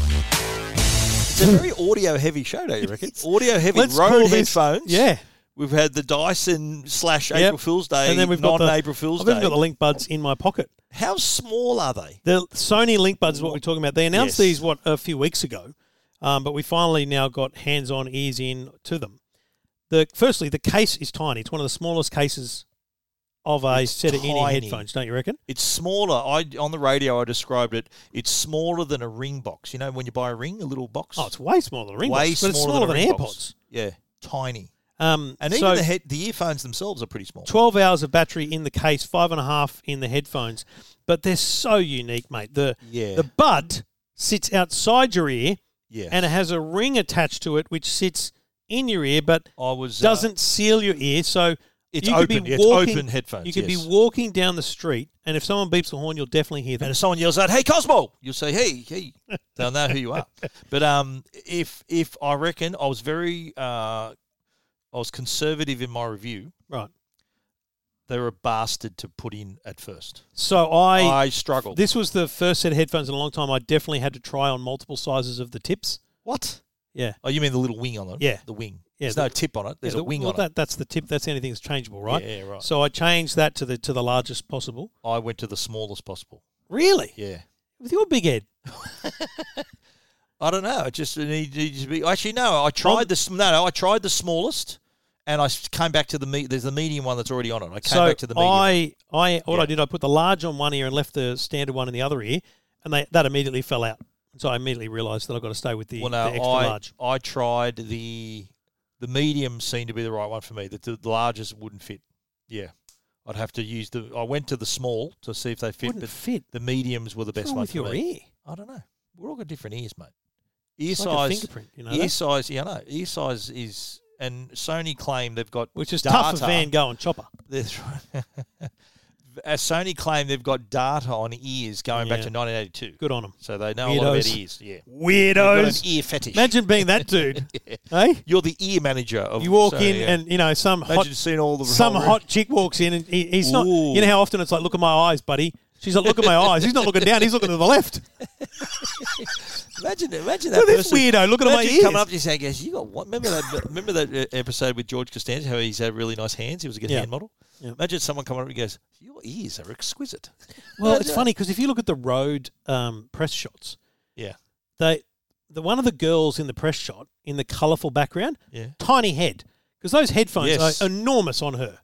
S1: it's a very audio heavy show, don't you reckon? Audio heavy.
S2: Let's
S1: Rode
S2: call this-
S1: headphones.
S2: Yeah.
S1: We've had the Dyson slash
S2: Yep.
S1: April Fool's Day.
S2: and then we've got
S1: non
S2: the
S1: April Fool's
S2: I've
S1: Day.
S2: even got the link buds in my pocket.
S1: How small are they?
S2: The Sony link buds is what we're talking about. They announced
S1: Yes.
S2: these what a few weeks ago, um, but we finally now got hands-on ears in to them. The firstly, the case is tiny. It's one of the smallest cases of a set of in-ear
S1: tiny.
S2: headphones. Don't you reckon?
S1: It's smaller. I on the radio I described it. It's smaller than a ring box. You know when you buy a ring, a little box.
S2: Oh, it's way smaller than ring
S1: way
S2: box, but it's
S1: smaller
S2: smaller
S1: than
S2: than,
S1: a ring
S2: AirPods.
S1: box. yeah, tiny.
S2: Um,
S1: And
S2: so
S1: even the head, the earphones themselves are pretty small.
S2: 12 hours of battery in the case, five and a half in the headphones. But they're so unique, mate. The
S1: Yeah.
S2: the bud sits outside your ear
S1: Yeah,
S2: and it has a ring attached to it which sits in your ear but
S1: I was uh,
S2: doesn't seal your ear. So
S1: It's
S2: you could
S1: open-
S2: be
S1: it's
S2: walking,
S1: open headphones,
S2: You could
S1: yes.
S2: be walking down the street and if someone beeps the horn, you'll definitely hear
S1: And
S2: them.
S1: if someone yells out, "Hey Cosmo," you'll say, "Hey, hey." They'll know who you are. But um, if if I reckon I was very uh, I was conservative in my review.
S2: Right.
S1: They were a bastard to put in at first.
S2: So I,
S1: I struggled.
S2: this was the first set of headphones in a long time. I definitely had to try on multiple sizes of the tips.
S1: what?
S2: Yeah.
S1: Oh, you mean the little wing on it?
S2: Yeah.
S1: the wing.
S2: Yeah,
S1: There's
S2: the-
S1: no tip on it. There's
S2: Yeah,
S1: a wing
S2: well,
S1: on it.
S2: that, That's the tip. That's the only thing that's changeable, right?
S1: Yeah, right.
S2: So I changed that to the to the largest possible.
S1: I went to the smallest possible.
S2: Really?
S1: Yeah.
S2: With your big head?
S1: I don't know. It just it need- needed to be. Actually, no. I tried the s- no, no. I tried the smallest, and I s- came back to the me. There's the medium one that's already on it. I came
S2: so
S1: back to the medium.
S2: I I what
S1: Yeah.
S2: I did I put the large on one ear and left the standard one in the other ear, and they that immediately fell out. So I immediately realised that I have got to stay with the,
S1: well, no,
S2: the extra
S1: I
S2: large.
S1: I tried the the medium seemed to be the right one for me. The, the, the largest wouldn't fit. Yeah, I'd have to use the. I went to the small to see if they fit,
S2: Wouldn't
S1: but
S2: fit.
S1: the mediums were the
S2: What's
S1: best
S2: wrong
S1: one
S2: with
S1: for
S2: your
S1: me.
S2: ear?
S1: I don't know. We're all got different ears, mate. Ear
S2: It's like a
S1: size,
S2: fingerprint, you know.
S1: ear
S2: that?
S1: size. Yeah, I know. Ear size is. And Sony claim they've got
S2: Which is
S1: data.
S2: tough for Van Gogh and Chopper.
S1: That's right. uh, Sony claim they've got data on ears going back
S2: Yeah.
S1: to 1982.
S2: Good on them.
S1: So they know a lot
S2: Weirdos.
S1: about ears. Yeah. Got an
S2: Weirdos.
S1: ear fetish.
S2: Imagine being that dude. Hey,
S1: You're the ear manager of.
S2: you walk
S1: so,
S2: in
S1: yeah.
S2: and you know some
S1: imagine
S2: hot
S1: seeing all the
S2: some
S1: whole-
S2: hot chick walks in and he, he's not.
S1: Ooh.
S2: You know how often it's like, look at my eyes, buddy. She's like, look at my eyes. He's not looking down. He's looking to the left.
S1: Imagine, imagine that
S2: Look at this
S1: person.
S2: weirdo. Look at my
S1: Imagine
S2: ears.
S1: coming up to you saying, "Guys, you got what? Remember that? remember that uh, episode with George Costanza? How he's had really nice hands. He was a good
S2: Yeah.
S1: hand model.
S2: Yeah.
S1: Imagine someone coming up and goes, "Your ears are exquisite."
S2: Well, it's funny because if you look at the road um, press shots,
S1: Yeah,
S2: they the one of the girls in the press shot in the colourful background,
S1: yeah.
S2: tiny head, because those headphones
S1: Yes.
S2: are enormous on her.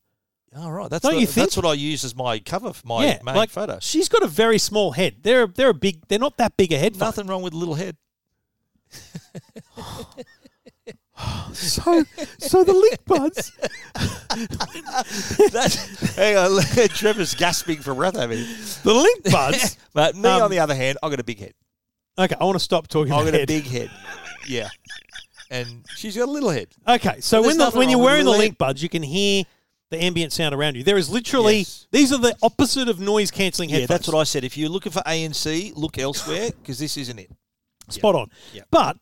S1: All right, that's
S2: Don't
S1: the-
S2: you think?
S1: that's what I use as my cover for my
S2: yeah,
S1: main
S2: like
S1: photo.
S2: she's got a very small head. They're they're a big. They're not that big a headphone.
S1: Nothing wrong with a little head.
S2: So so the link buds.
S1: That's, hang on, Trevor's gasping for breath over here.
S2: The link buds.
S1: But me,
S2: Um,
S1: on the other hand, I got a big head.
S2: Okay, I want to stop talking
S1: I
S2: about
S1: got a
S2: head.
S1: big head. Yeah, and she's got a little head.
S2: Okay, so
S1: There's
S2: when the,
S1: nothing
S2: when you're
S1: wrong with
S2: wearing the
S1: little
S2: link buds, you can hear the ambient sound around you. There is literally
S1: Yes.
S2: these are the opposite of noise cancelling
S1: Yeah,
S2: headphones.
S1: that's what I said. If you're looking for ANC, look elsewhere because this isn't it.
S2: spot on.
S1: Yeah.
S2: But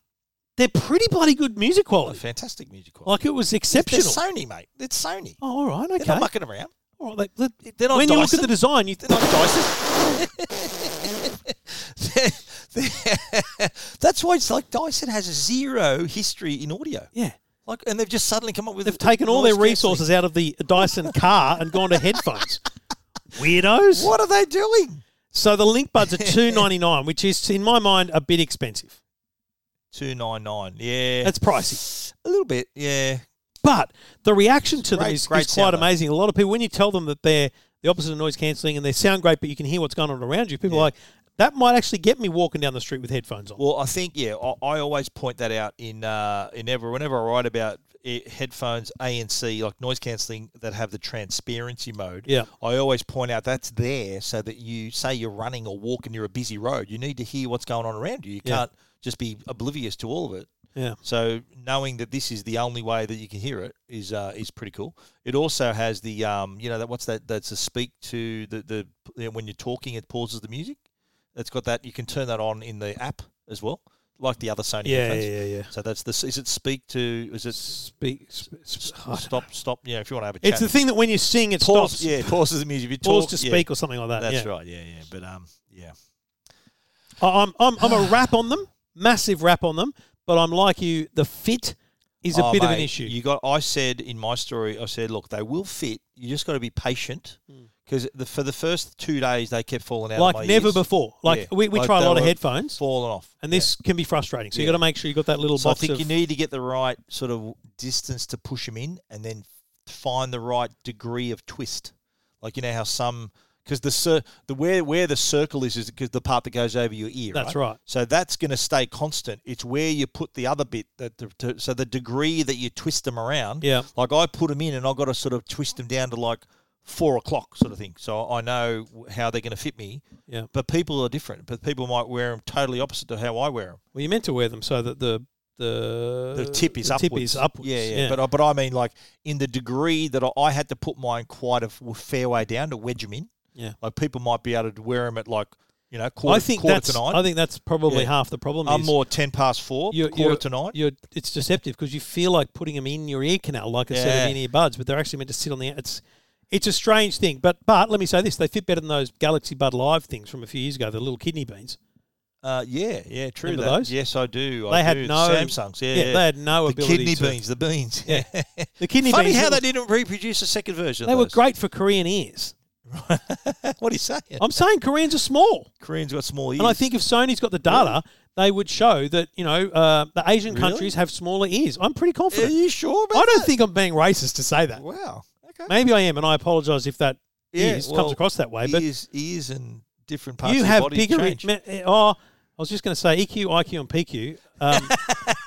S2: they're pretty bloody good music
S1: Oh,
S2: quality.
S1: fantastic music quality.
S2: Like it was
S1: They're
S2: exceptional.
S1: Sony, mate. It's Sony.
S2: oh, all right,
S1: They're
S2: okay.
S1: not mucking around.
S2: All right, like, the-
S1: They're not
S2: when you look
S1: Dyson.
S2: at the design, you
S1: They're not Dyson. That's why it's like Dyson has a zero history in audio.
S2: yeah,
S1: Like, and they've just suddenly come up with.
S2: they've taken all
S1: noise
S2: their resources out of the Dyson car and gone to headphones. Weirdos.
S1: cancelling. What are they doing?
S2: So the link buds are two ninety nine, which is in my mind a bit expensive.
S1: Two nine nine. Yeah,
S2: That's pricey.
S1: a little bit. Yeah,
S2: But the reaction to them
S1: Great-
S2: is,
S1: great
S2: is quite
S1: sound, though.
S2: amazing. A lot of people, when you tell them that they're the opposite of noise cancelling and they sound great, but you can hear what's going on around you, people are like, that might actually get me walking down the street with headphones on.
S1: Well, I think yeah, I, I always point that out in uh, in ever whenever I write about i headphones ANC like noise cancelling that have the transparency mode.
S2: Yeah.
S1: I always point out that's there so that you say you're running or walking near a busy road, you need to hear what's going on around you. You
S2: Yeah.
S1: can't just be oblivious to all of it.
S2: yeah.
S1: So knowing that this is the only way that you can hear it is uh, is pretty cool. It also has the um, you know that what's that that's a speak to the the you know, when you're talking it pauses the music. That's got that you can turn that on in the app as well, like the other Sony
S2: Yeah,
S1: headphones.
S2: yeah, yeah, yeah.
S1: So that's the is it speak to is it
S2: Speak. sp- sp- I don't-
S1: stop stop yeah if you want to have a chat.
S2: It's the thing that when you sing, it
S1: pause
S2: stops.
S1: yeah pauses the music. If you
S2: Pause
S1: talk,
S2: to
S1: yeah,
S2: speak or something like that.
S1: that's
S2: yeah.
S1: right yeah yeah but um yeah
S2: I- I'm, I'm, I'm a rap on them, massive rap on them, but I'm like you, the fit is a
S1: Oh,
S2: bit of an
S1: mate,
S2: issue.
S1: You got. I said in my story, I said, look, they will fit. You just got to be patient because the, for the first two days they kept falling out. of
S2: like
S1: my
S2: never
S1: ears.
S2: before. Like
S1: Yeah.
S2: we, we
S1: Like,
S2: try a
S1: they
S2: lot of
S1: were
S2: headphones,
S1: falling off,
S2: and
S1: Yeah.
S2: this can be frustrating. So you
S1: Yeah.
S2: got to make sure you got that little
S1: So I
S2: box
S1: think
S2: of
S1: you need to get the right sort of distance to push them in, and then find the right degree of twist. Like you know how some because the cir- the where where the circle is is because the part that goes over your ear.
S2: That's right.
S1: So that's going to stay constant. It's where you put the other bit that the, to, so the degree that you twist them around.
S2: Yeah.
S1: Like I put them in, and I got to sort of twist them down to like four o'clock sort of thing. So I know how they're going to fit me.
S2: Yeah.
S1: But people are different. But people might wear them totally opposite to how I wear them.
S2: Well, you're meant to wear them so that the the
S1: the tip is
S2: the
S1: upwards.
S2: tip is upwards.
S1: Yeah, yeah. But I, but I mean, like in the degree that I, I had to put mine quite a f- fair way down to wedge them in.
S2: Yeah.
S1: Like people might be able to wear them at like you know quarter,
S2: I think
S1: quarter
S2: that's
S1: to nine.
S2: I think that's probably
S1: Yeah.
S2: half the problem.
S1: I'm
S2: is
S1: more ten past 4
S2: you're-
S1: quarter
S2: you're-
S1: to nine.
S2: You're, it's deceptive because you feel like putting them in your ear canal, like instead of
S1: Yeah.
S2: in ear buds, but they're actually meant to sit on the. It's it's a strange thing, but but let me say this: they fit better than those Galaxy Bud Live things from a few years ago, the little kidney beans.
S1: Uh, yeah, yeah, true.
S2: Remember
S1: that.
S2: those?
S1: Yes, I do. I
S2: They had
S1: do.
S2: no
S1: Samsungs. Yeah, yeah.
S2: they had no
S1: the
S2: ability
S1: kidney
S2: to-
S1: beans, the beans.
S2: Yeah. The kidney
S1: Funny
S2: beans.
S1: how
S2: were-
S1: they didn't reproduce a second version.
S2: They
S1: of
S2: were
S1: those.
S2: great for Korean ears.
S1: what are you saying?
S2: I'm saying Koreans are small.
S1: Koreans got small ears.
S2: And I think if Sony's got the data, they would show that you know uh, the Asian
S1: Really?
S2: countries have smaller ears. I'm pretty
S1: Are
S2: confident.
S1: you sure? About
S2: I don't
S1: that?
S2: think I'm being racist to say that.
S1: Wow. Okay.
S2: Maybe I am, and I apologise if that
S1: Yeah,
S2: ears comes
S1: well,
S2: across that way. But
S1: ears, ears and different parts
S2: you
S1: of
S2: have
S1: the body
S2: bigger.
S1: change.
S2: ma- eh, Oh, I was just going to say E EQ, IQ, and PQ. Um,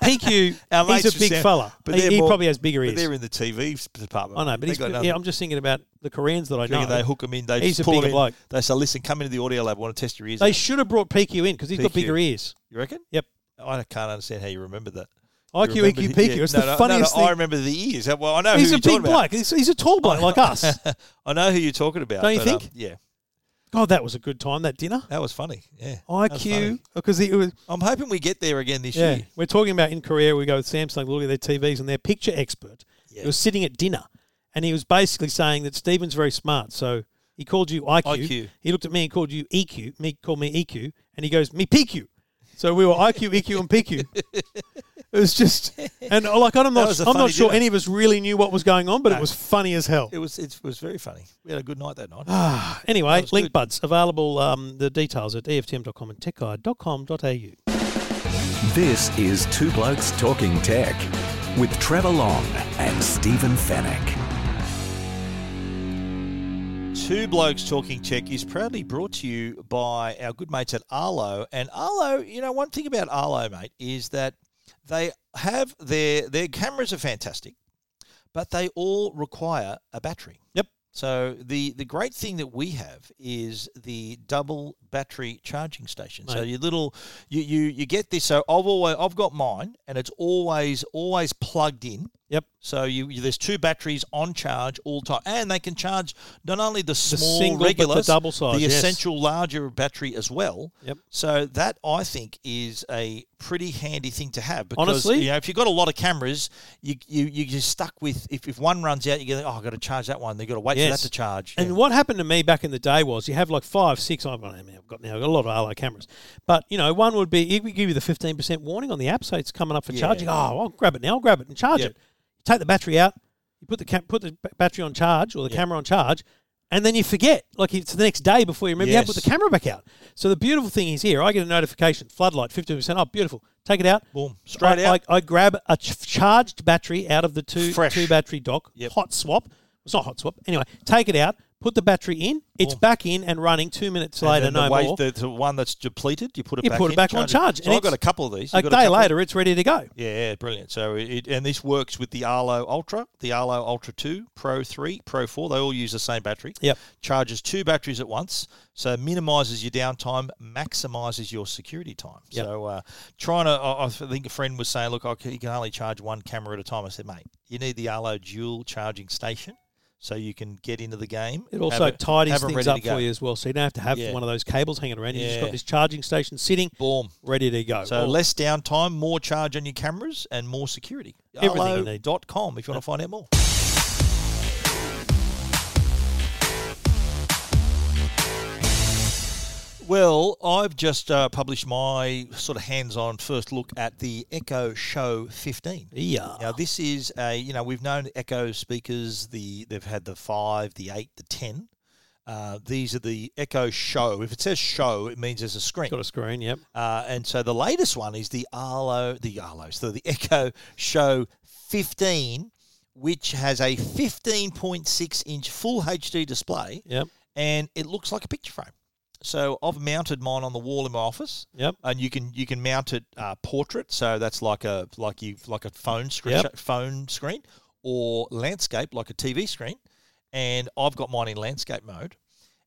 S2: PQ,
S1: Our mates
S2: he's a
S1: just
S2: big
S1: sound-
S2: fella.
S1: but
S2: he
S1: they're
S2: he
S1: more-
S2: probably has bigger
S1: But
S2: ears.
S1: they're in the TV s- department.
S2: I know, but
S1: They
S2: he's,
S1: got
S2: yeah,
S1: nothing.
S2: I'm just thinking about the Koreans that I
S1: Do you
S2: know.
S1: reckon they hook them in. They
S2: He's
S1: just
S2: a
S1: pull
S2: bigger
S1: 'em in.
S2: bloke.
S1: They say, "Listen, come into the audio lab. I want to test your ears."
S2: They
S1: out."
S2: should have brought PQ in because he's got
S1: PQ.
S2: bigger ears.
S1: you reckon?
S2: Yep.
S1: I can't understand how you remember that.
S2: IQ,
S1: remember
S2: EQ,
S1: the-
S2: PQ.
S1: yeah,
S2: It's
S1: no,
S2: the
S1: no, no,
S2: funniest
S1: no, I
S2: thing.
S1: remember the ears. Well, I know
S2: he's
S1: who
S2: a
S1: you're talking
S2: big
S1: about.
S2: bloke. He's, he's a tall bloke like us.
S1: I know who you're talking about.
S2: Don't you
S1: but, um,
S2: think?
S1: yeah,
S2: God, that was a good time. That dinner.
S1: that was funny. Yeah, That was
S2: IQ
S1: funny.
S2: because it was.
S1: I'm hoping we get there again this
S2: Yeah,
S1: year.
S2: we're talking about in Korea. We go with Samsung, look at their TVs and their picture expert.
S1: Yeah.
S2: He was sitting at dinner, and he was basically saying that Stephen's very smart. So he called you IQ.
S1: IQ.
S2: He looked at me and called you EQ. Me called me EQ, and he goes me PQ. So we were IQ, EQ, and PQ. It was just, and uh, like I'm
S1: That
S2: not,
S1: was a
S2: I'm not
S1: funny
S2: sure
S1: dinner.
S2: any of us really knew what was going on, but it
S1: No.
S2: was funny as hell.
S1: It was it was very funny. We had a good night that night.
S2: Anyway,
S1: was
S2: Link
S1: good.
S2: Buds available. Um, the details at EFTM.com and techguide.com.au.
S3: This is Two Blokes Talking Tech with Trevor Long and Stephen Fennec.
S1: Two Blokes Talking Tech is proudly brought to you by our good mates at Arlo. And Arlo, you know, one thing about Arlo, mate, is that they have their their cameras are fantastic, but they all require a battery.
S2: Yep.
S1: So the the great thing that we have is the double battery charging station. So
S2: Mate.
S1: your little you you you get this. So I've always I've got mine, and it's always always plugged in.
S2: Yep.
S1: So you, you there's two batteries on charge all time, and they can charge not only the small
S2: single, but the
S1: regular,
S2: double size,
S1: the
S2: yes.
S1: essential larger battery as well.
S2: Yep.
S1: So that I think is a pretty handy thing to have. Because,
S2: Honestly?
S1: you know, if you've got a lot of cameras, you you you just stuck with if, if one runs out, you go, oh, I've got to charge that one. They've got to wait
S2: Yes.
S1: for that to charge.
S2: And
S1: Yeah.
S2: what happened to me back in the day was you have like five, six. I've got, I mean, I've got now I've got a lot of Arlo cameras, but you know, one would be it would give you the fifteen percent warning on the app, so it's coming up for
S1: Yeah.
S2: charging. Oh, I'll grab it now. I'll grab it and charge
S1: Yep.
S2: it. You take the battery out. You put the cam- put the b- battery on charge or the camera on charge, and then you forget. Like it's the next day before you remember. You have to put the
S1: Yes.
S2: camera back out. So the beautiful thing is here. I get a notification. Floodlight fifteen percent. Oh, beautiful. Take it out.
S1: Boom. Straight
S2: I,
S1: out.
S2: I, I grab a ch- charged battery out of the two
S1: Fresh.
S2: two battery dock.
S1: Yep.
S2: Hot swap. It's not hot swap. Anyway, take it out, put the battery in. It's back in and running. Two minutes
S1: Oh. And
S2: later,
S1: then
S2: no
S1: the, wa-
S2: more.
S1: the, the one that's depleted, you put it
S2: You
S1: back
S2: put it
S1: in,
S2: back on
S1: it.
S2: charge,
S1: So
S2: and
S1: I've got
S2: it's
S1: a couple of these.
S2: a
S1: You've got
S2: day
S1: couple-
S2: later, it's ready to go.
S1: Yeah, yeah, brilliant. So it, and this works with the Arlo Ultra, the Arlo Ultra 2, Pro 3, Pro 4. They all use the same battery.
S2: Yep.
S1: Charges two batteries at once, so minimises your downtime, maximises your security time.
S2: Yep.
S1: So uh, trying to, I, I think a friend was saying, look, I c you can only charge one camera at a time. I said, mate, you need the Arlo dual charging station. So you can get into the game.
S2: It
S1: have
S2: also tidies
S1: have it ready
S2: things
S1: to
S2: up
S1: go.
S2: for you as well, so you don't have to have
S1: Yeah.
S2: one of those cables hanging around. You've just got
S1: Yeah.
S2: this charging station sitting,
S1: Boom.
S2: ready to go.
S1: So
S2: Oh,
S1: less downtime, more charge on your cameras, and more security.
S2: Everything you need.
S1: Arlo.com if you want to find out more. Well, I've just uh, published my sort of hands-on first look at the Echo Show 15.
S2: yeah.
S1: Now this is a you know we've known Echo speakers the they've had the five the eight the ten. Uh, these are the Echo Show. If it says Show, it means there's a screen.
S2: Got a screen. Yep.
S1: Uh, and so the latest one is the Arlo, the Arlo, so the Echo Show 15, which has a 15.6 inch full HD display,
S2: Yep.
S1: and it looks like a picture frame. So I've mounted mine on the wall in my office,
S2: Yep.
S1: and you can you can mount it uh, portrait, so that's like a like you like a phone screen,
S2: Yep.
S1: phone screen, or landscape like a TV screen, and I've got mine in landscape mode.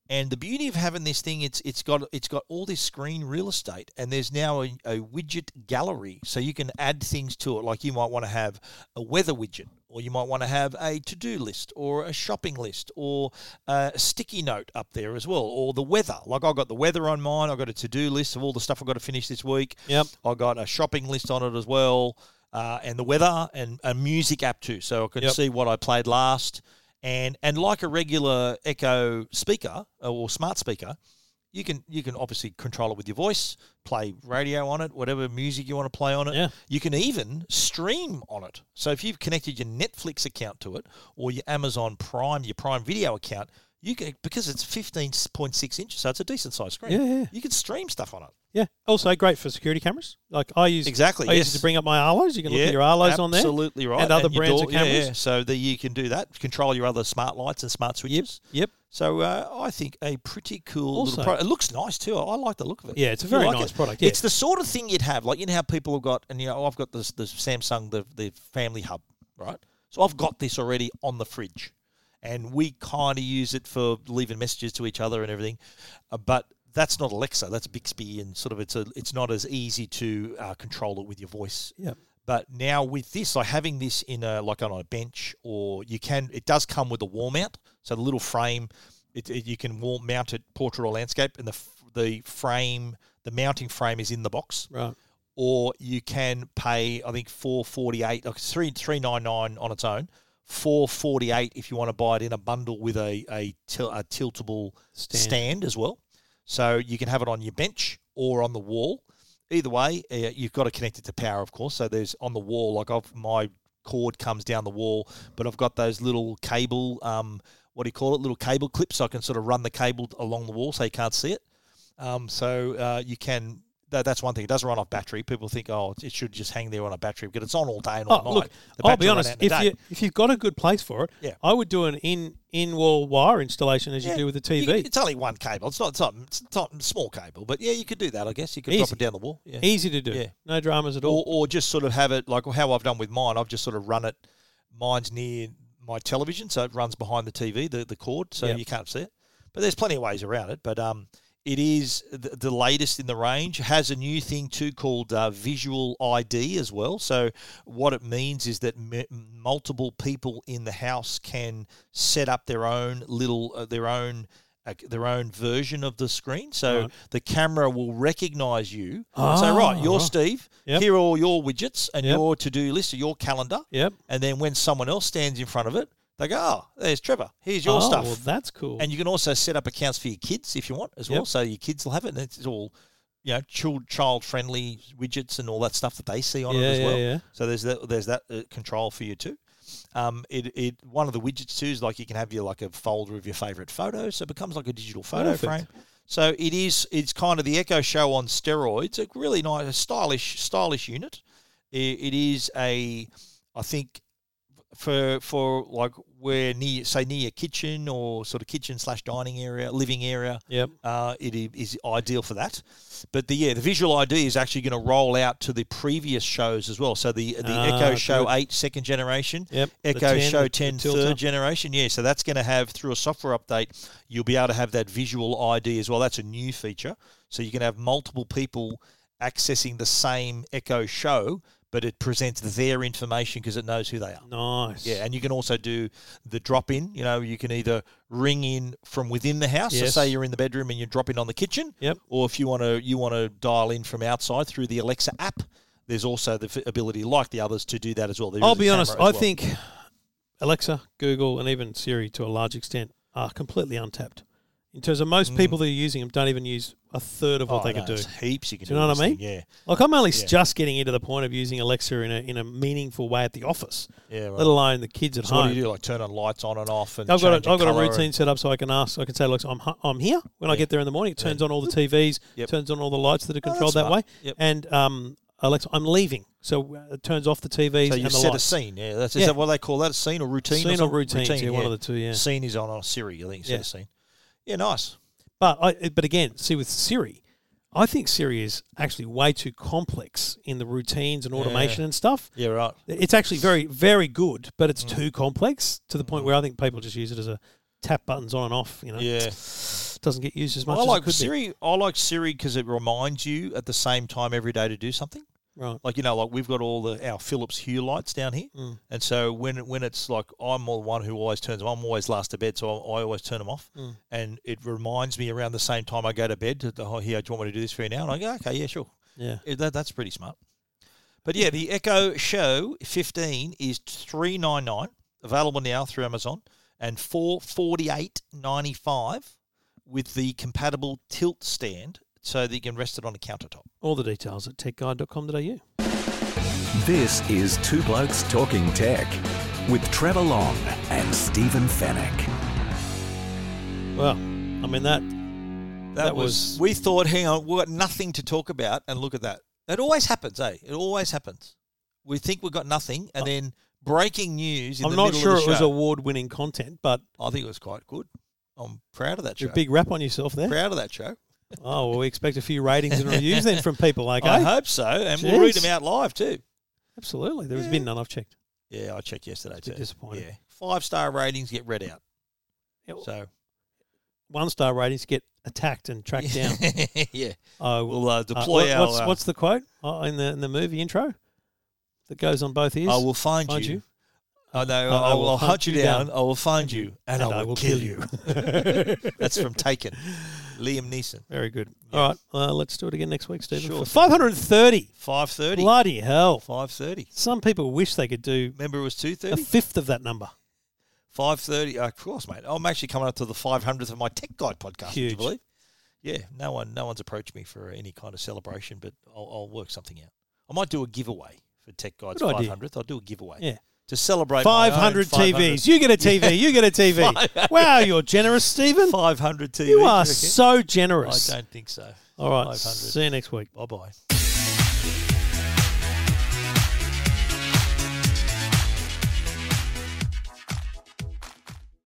S1: And the beauty of having this thing, it's it's got it's got all this screen real estate, and there's now a, a widget gallery, so you can add things to it. Like you might want to have a weather widget, or you might want to have a to do list, or a shopping list, or uh, a sticky note up there as well, or the weather. Like I've got the weather on mine. I've got a to do list of all the stuff I've got to finish this week.
S2: Yep.
S1: I've got a shopping list on it as well, uh, and the weather and a music app too, so I can
S2: Yep.
S1: see what I played last. And and like a regular Echo speaker uh, or smart speaker, you can you can obviously control it with your voice, play radio on it, whatever music you want to play on it.
S2: Yeah.
S1: You can even stream on it. So if you've connected your Netflix account to it or your Amazon Prime, your Prime Video account, you can because it's fifteen point six inches, so it's a decent sized screen.
S2: Yeah, yeah.
S1: You can stream stuff on it.
S2: Yeah. Also great for security cameras. Like I use
S1: Exactly,
S2: I use
S1: yes.
S2: it to bring up my Arlo's. You can look at your Arlo's on there.
S1: Absolutely right.
S2: And other
S1: your
S2: brands
S1: door-
S2: of cameras.
S1: Yeah, yeah. So that you can do that. Control your other smart lights and smart switches.
S2: Yep.
S1: So uh, I think a pretty cool
S2: Also-
S1: little product. It looks nice too. I like the look of it.
S2: Yeah, it's a
S1: You
S2: very
S1: like
S2: nice
S1: it?
S2: product, yeah.
S1: It's the sort of thing you'd have. Like you know how people have got, and you know oh, I've got this the Samsung the the Family Hub, right? So I've got this already on the fridge, and we kind of use it for leaving messages to each other and everything, uh, but. That's not Alexa. That's Bixby, and sort of it's a. It's not as easy to uh, control it with your voice.
S2: Yep.
S1: But now with this, like having this in a like on a bench, or you can, it does come with a wall mount. So the little frame, it, it- you can wall mount it portrait or landscape, and the f- the frame, the mounting frame is in the box
S2: Right.
S1: or you can pay I think four forty eight, like it's three three nine nine on its own, four forty eight if you want to buy it in a bundle with a a, til- a tiltable
S2: Stand.
S1: stand. as well. So you can have it on your bench or on the wall. Either way, uh, you've got to connect it to power, of course. So there's on the wall, like I've my cord comes down the wall, but I've got those little cable, um, what do you call it? Little cable clips, so I can sort of run the cable along the wall so you can't see it. Um, so uh, you can. That, that's one thing. It doesn't run off battery. People think, oh, it should just hang there on a battery because it's on all day and all
S2: Oh,
S1: night.
S2: look,
S1: The
S2: I'll
S1: battery
S2: be
S1: will run
S2: honest.
S1: out in a
S2: If
S1: day.
S2: you if you've got a good place for it,
S1: Yeah.
S2: I would do an in in wall wire installation as you
S1: Yeah.
S2: do with the
S1: You-
S2: TV.
S1: it's only one cable. It's not, it's not. It's not a small cable, but yeah, you could do that. I guess you could drop
S2: Easy.
S1: it down the wall. Yeah.
S2: Easy to do.
S1: Yeah.
S2: No dramas at all.
S1: or, or just sort of have it like how I've done with mine. I've just sort of run it. Mine's near my television, so it runs behind the TV, the, the cord, so
S2: Yep.
S1: you can't see it. But there's plenty of ways around it. But um, it is the, the latest in the range. Has a new thing too called uh, Visual ID as well. So what it means is that m- multiple people in the house can set up their own little uh, their own. uh, Their own version of the screen, so
S2: Right.
S1: the camera will recognise you. and say, right,
S2: Ah.
S1: you're Steve.
S2: Yep.
S1: Here are all your widgets and
S2: Yep.
S1: your to-do list or your calendar.
S2: Yep.
S1: And then when someone else stands in front of it, they go, "Oh, there's Trevor. Here's your
S2: oh,
S1: stuff."
S2: Well, that's cool.
S1: and you can also set up accounts for your kids if you want as well,
S2: Yep.
S1: so your kids will have it. And it's all, you know, child child-friendly widgets and all that stuff that they see on
S2: Yeah,
S1: it as
S2: yeah,
S1: well.
S2: yeah.
S1: So there's that there's that uh, control for you too. Um, it, it one of the widgets too is like you can have your like a folder of your favorite photos, so it becomes like a digital photo
S2: Perfect.
S1: frame. So it is it's kind of the Echo Show on steroids. A really nice, a stylish, stylish unit. I it is a, I think, for for like where near say near your kitchen or sort of kitchen slash dining area, living area.
S2: yep.
S1: Uh, it i- is ideal for that. But the yeah, the visual ID is actually going to roll out to the previous shows as well. So the the
S2: Ah,
S1: Echo Show
S2: good.
S1: Eight second generation,
S2: Yep. The
S1: Echo
S2: 10,
S1: Show
S2: the
S1: 10
S2: tilter.
S1: third generation. Yeah, so that's going to have through a software update, you'll be able to have that visual ID as well. That's a new feature. So you can have multiple people accessing the same Echo Show, but it presents their information because it knows who they are.
S2: Nice.
S1: Yeah, and you can also do the drop in. You know, you can either ring in from within the house.
S2: Yes.
S1: So say you're in the bedroom and you drop in on the kitchen.
S2: Yep.
S1: Or if you want to, you want to dial in from outside through the Alexa app. There's also the f- ability, like the others, to do that as well. There
S2: I'll
S1: is a
S2: be honest.
S1: camera as
S2: I
S1: well.
S2: think Alexa, Google, and even Siri, to a large extent, are completely untapped. In terms of most people that are using them, don't even use a third of what
S1: Mm. Oh,
S2: they
S1: no,
S2: could do.
S1: it's heaps you can do.
S2: Do you know
S1: with
S2: what I
S1: this
S2: mean?
S1: thing,
S2: Like I'm only
S1: Yeah.
S2: just getting into the point of using Alexa in a in a meaningful way at the office,
S1: Yeah. Yeah. Right.
S2: let alone the kids at
S1: so what
S2: home.
S1: do you do? Like turn on lights on and off, and
S2: I've got
S1: change
S2: a,
S1: the
S2: I've got a
S1: colour and-
S2: routine set up so I can ask. I can say, "Look, I'm hu- I'm here." When I
S1: Yeah.
S2: get there in the morning, it turns on all the TVs,
S1: Yep.
S2: turns on all the lights that are
S1: Oh, that's
S2: controlled that way,
S1: smart. Yep.
S2: and um, Alexa, I'm leaving, so uh, it turns off the TVs
S1: So
S2: and
S1: you
S2: the
S1: set
S2: lights.
S1: a scene. Yeah. That's
S2: Yeah.
S1: is that what they call that? A scene or routine?
S2: Scene or
S1: something?
S2: routine, yeah, one of the two, yeah.
S1: Scene is on on Siri. I think.
S2: Yeah.
S1: Yeah. Scene. Yeah. Nice.
S2: But I, but again, see with Siri, I think Siri is actually way too complex in the routines and automation and stuff.
S1: Yeah. Right.
S2: It's actually very very good, but it's
S1: Mm.
S2: too complex to the point where I think people just use it as a tap buttons on and off. You know,
S1: Yeah.
S2: doesn't get used as much.
S1: I
S2: as it
S1: like
S2: could be.
S1: Siri. I like Siri because it reminds you at the same time every day to do something.
S2: Right.
S1: Like you know, like we've got all the our Philips Hue lights down here,
S2: Hmm.
S1: and so when when it's like I'm the one who always turns them. I'm always last to bed, so I, I always turn them off,
S2: Hmm.
S1: and it reminds me around the same time I go to bed. That, oh, here, do you want me to do this for you now? And I go, okay, yeah, sure.
S2: Yeah.
S1: Yeah, That, that's pretty smart. But yeah, the Echo Show 15 is 399 available now through Amazon and 448.95 with the compatible tilt stand so that you can rest it on a countertop.
S2: All the details at techguide.com.au.
S3: This is Two Blokes Talking Tech with Trevor Long and Stephen Fennec.
S2: Well, I mean that.
S1: That,
S2: That
S1: was,
S2: was-
S1: we thought, hang on, we've got nothing to talk about and look at that. That always happens, eh? It always happens. We think we've got nothing and then breaking news in
S2: I'm
S1: the
S2: not
S1: middle
S2: sure
S1: of
S2: it
S1: the
S2: was
S1: show.
S2: award-winning content, but
S1: I think it was quite good. I'm proud of that show.
S2: you're a big rap on yourself there.
S1: proud of that show.
S2: Oh, well, we expect a few ratings and reviews then from people. Okay,
S1: I hope so, and we'll read
S2: Jeez.
S1: them out live too.
S2: absolutely. There's been none I've checked.
S1: Yeah, I checked yesterday
S2: It's a
S1: too.
S2: bit disappointing. Oh,
S1: Yeah, five star ratings get read out.
S2: Yeah,
S1: So
S2: One-star ratings get attacked and tracked down.
S1: yeah,
S2: Oh,
S1: we'll uh,
S2: uh,
S1: deploy
S2: what-
S1: our.
S2: what's,
S1: uh,
S2: what's the quote uh, in the in the movie intro? that goes on both ears?
S1: I will find,
S2: Find
S1: you.
S2: you.
S1: I know. I, will, I'll hunt you down. I will find you, and, I, will kill you. That's from Taken. Liam Neeson.
S2: Very good. All right, uh, let's do it again next week, Stephen.
S1: Sure.
S2: For 530.
S1: Five thirty.
S2: Bloody hell.
S1: Five thirty.
S2: Some people wish they could do
S1: Remember, it was two
S2: a
S1: thirty.
S2: fifth of that number.
S1: Five thirty. Of course, mate. I'm actually coming up to the five hundredth of my Tech Guide podcast. Would you
S2: Huge.
S1: believe? Yeah. No one. No one's approached me for any kind of celebration, but I'll, I'll work something out. I might do a giveaway for Tech Guide's
S2: Good idea.
S1: five hundredth. I'll do a giveaway.
S2: Yeah.
S1: To celebrate my own
S2: 500 TVs.
S1: 500
S2: You get a TV. You get a TV. wow, you're generous, Stephen.
S1: 500 TVs.
S2: You are
S1: do
S2: so
S1: you reckon?
S2: generous.
S1: I don't think so.
S2: All right.
S1: 500.
S2: See you next week.
S1: Bye bye.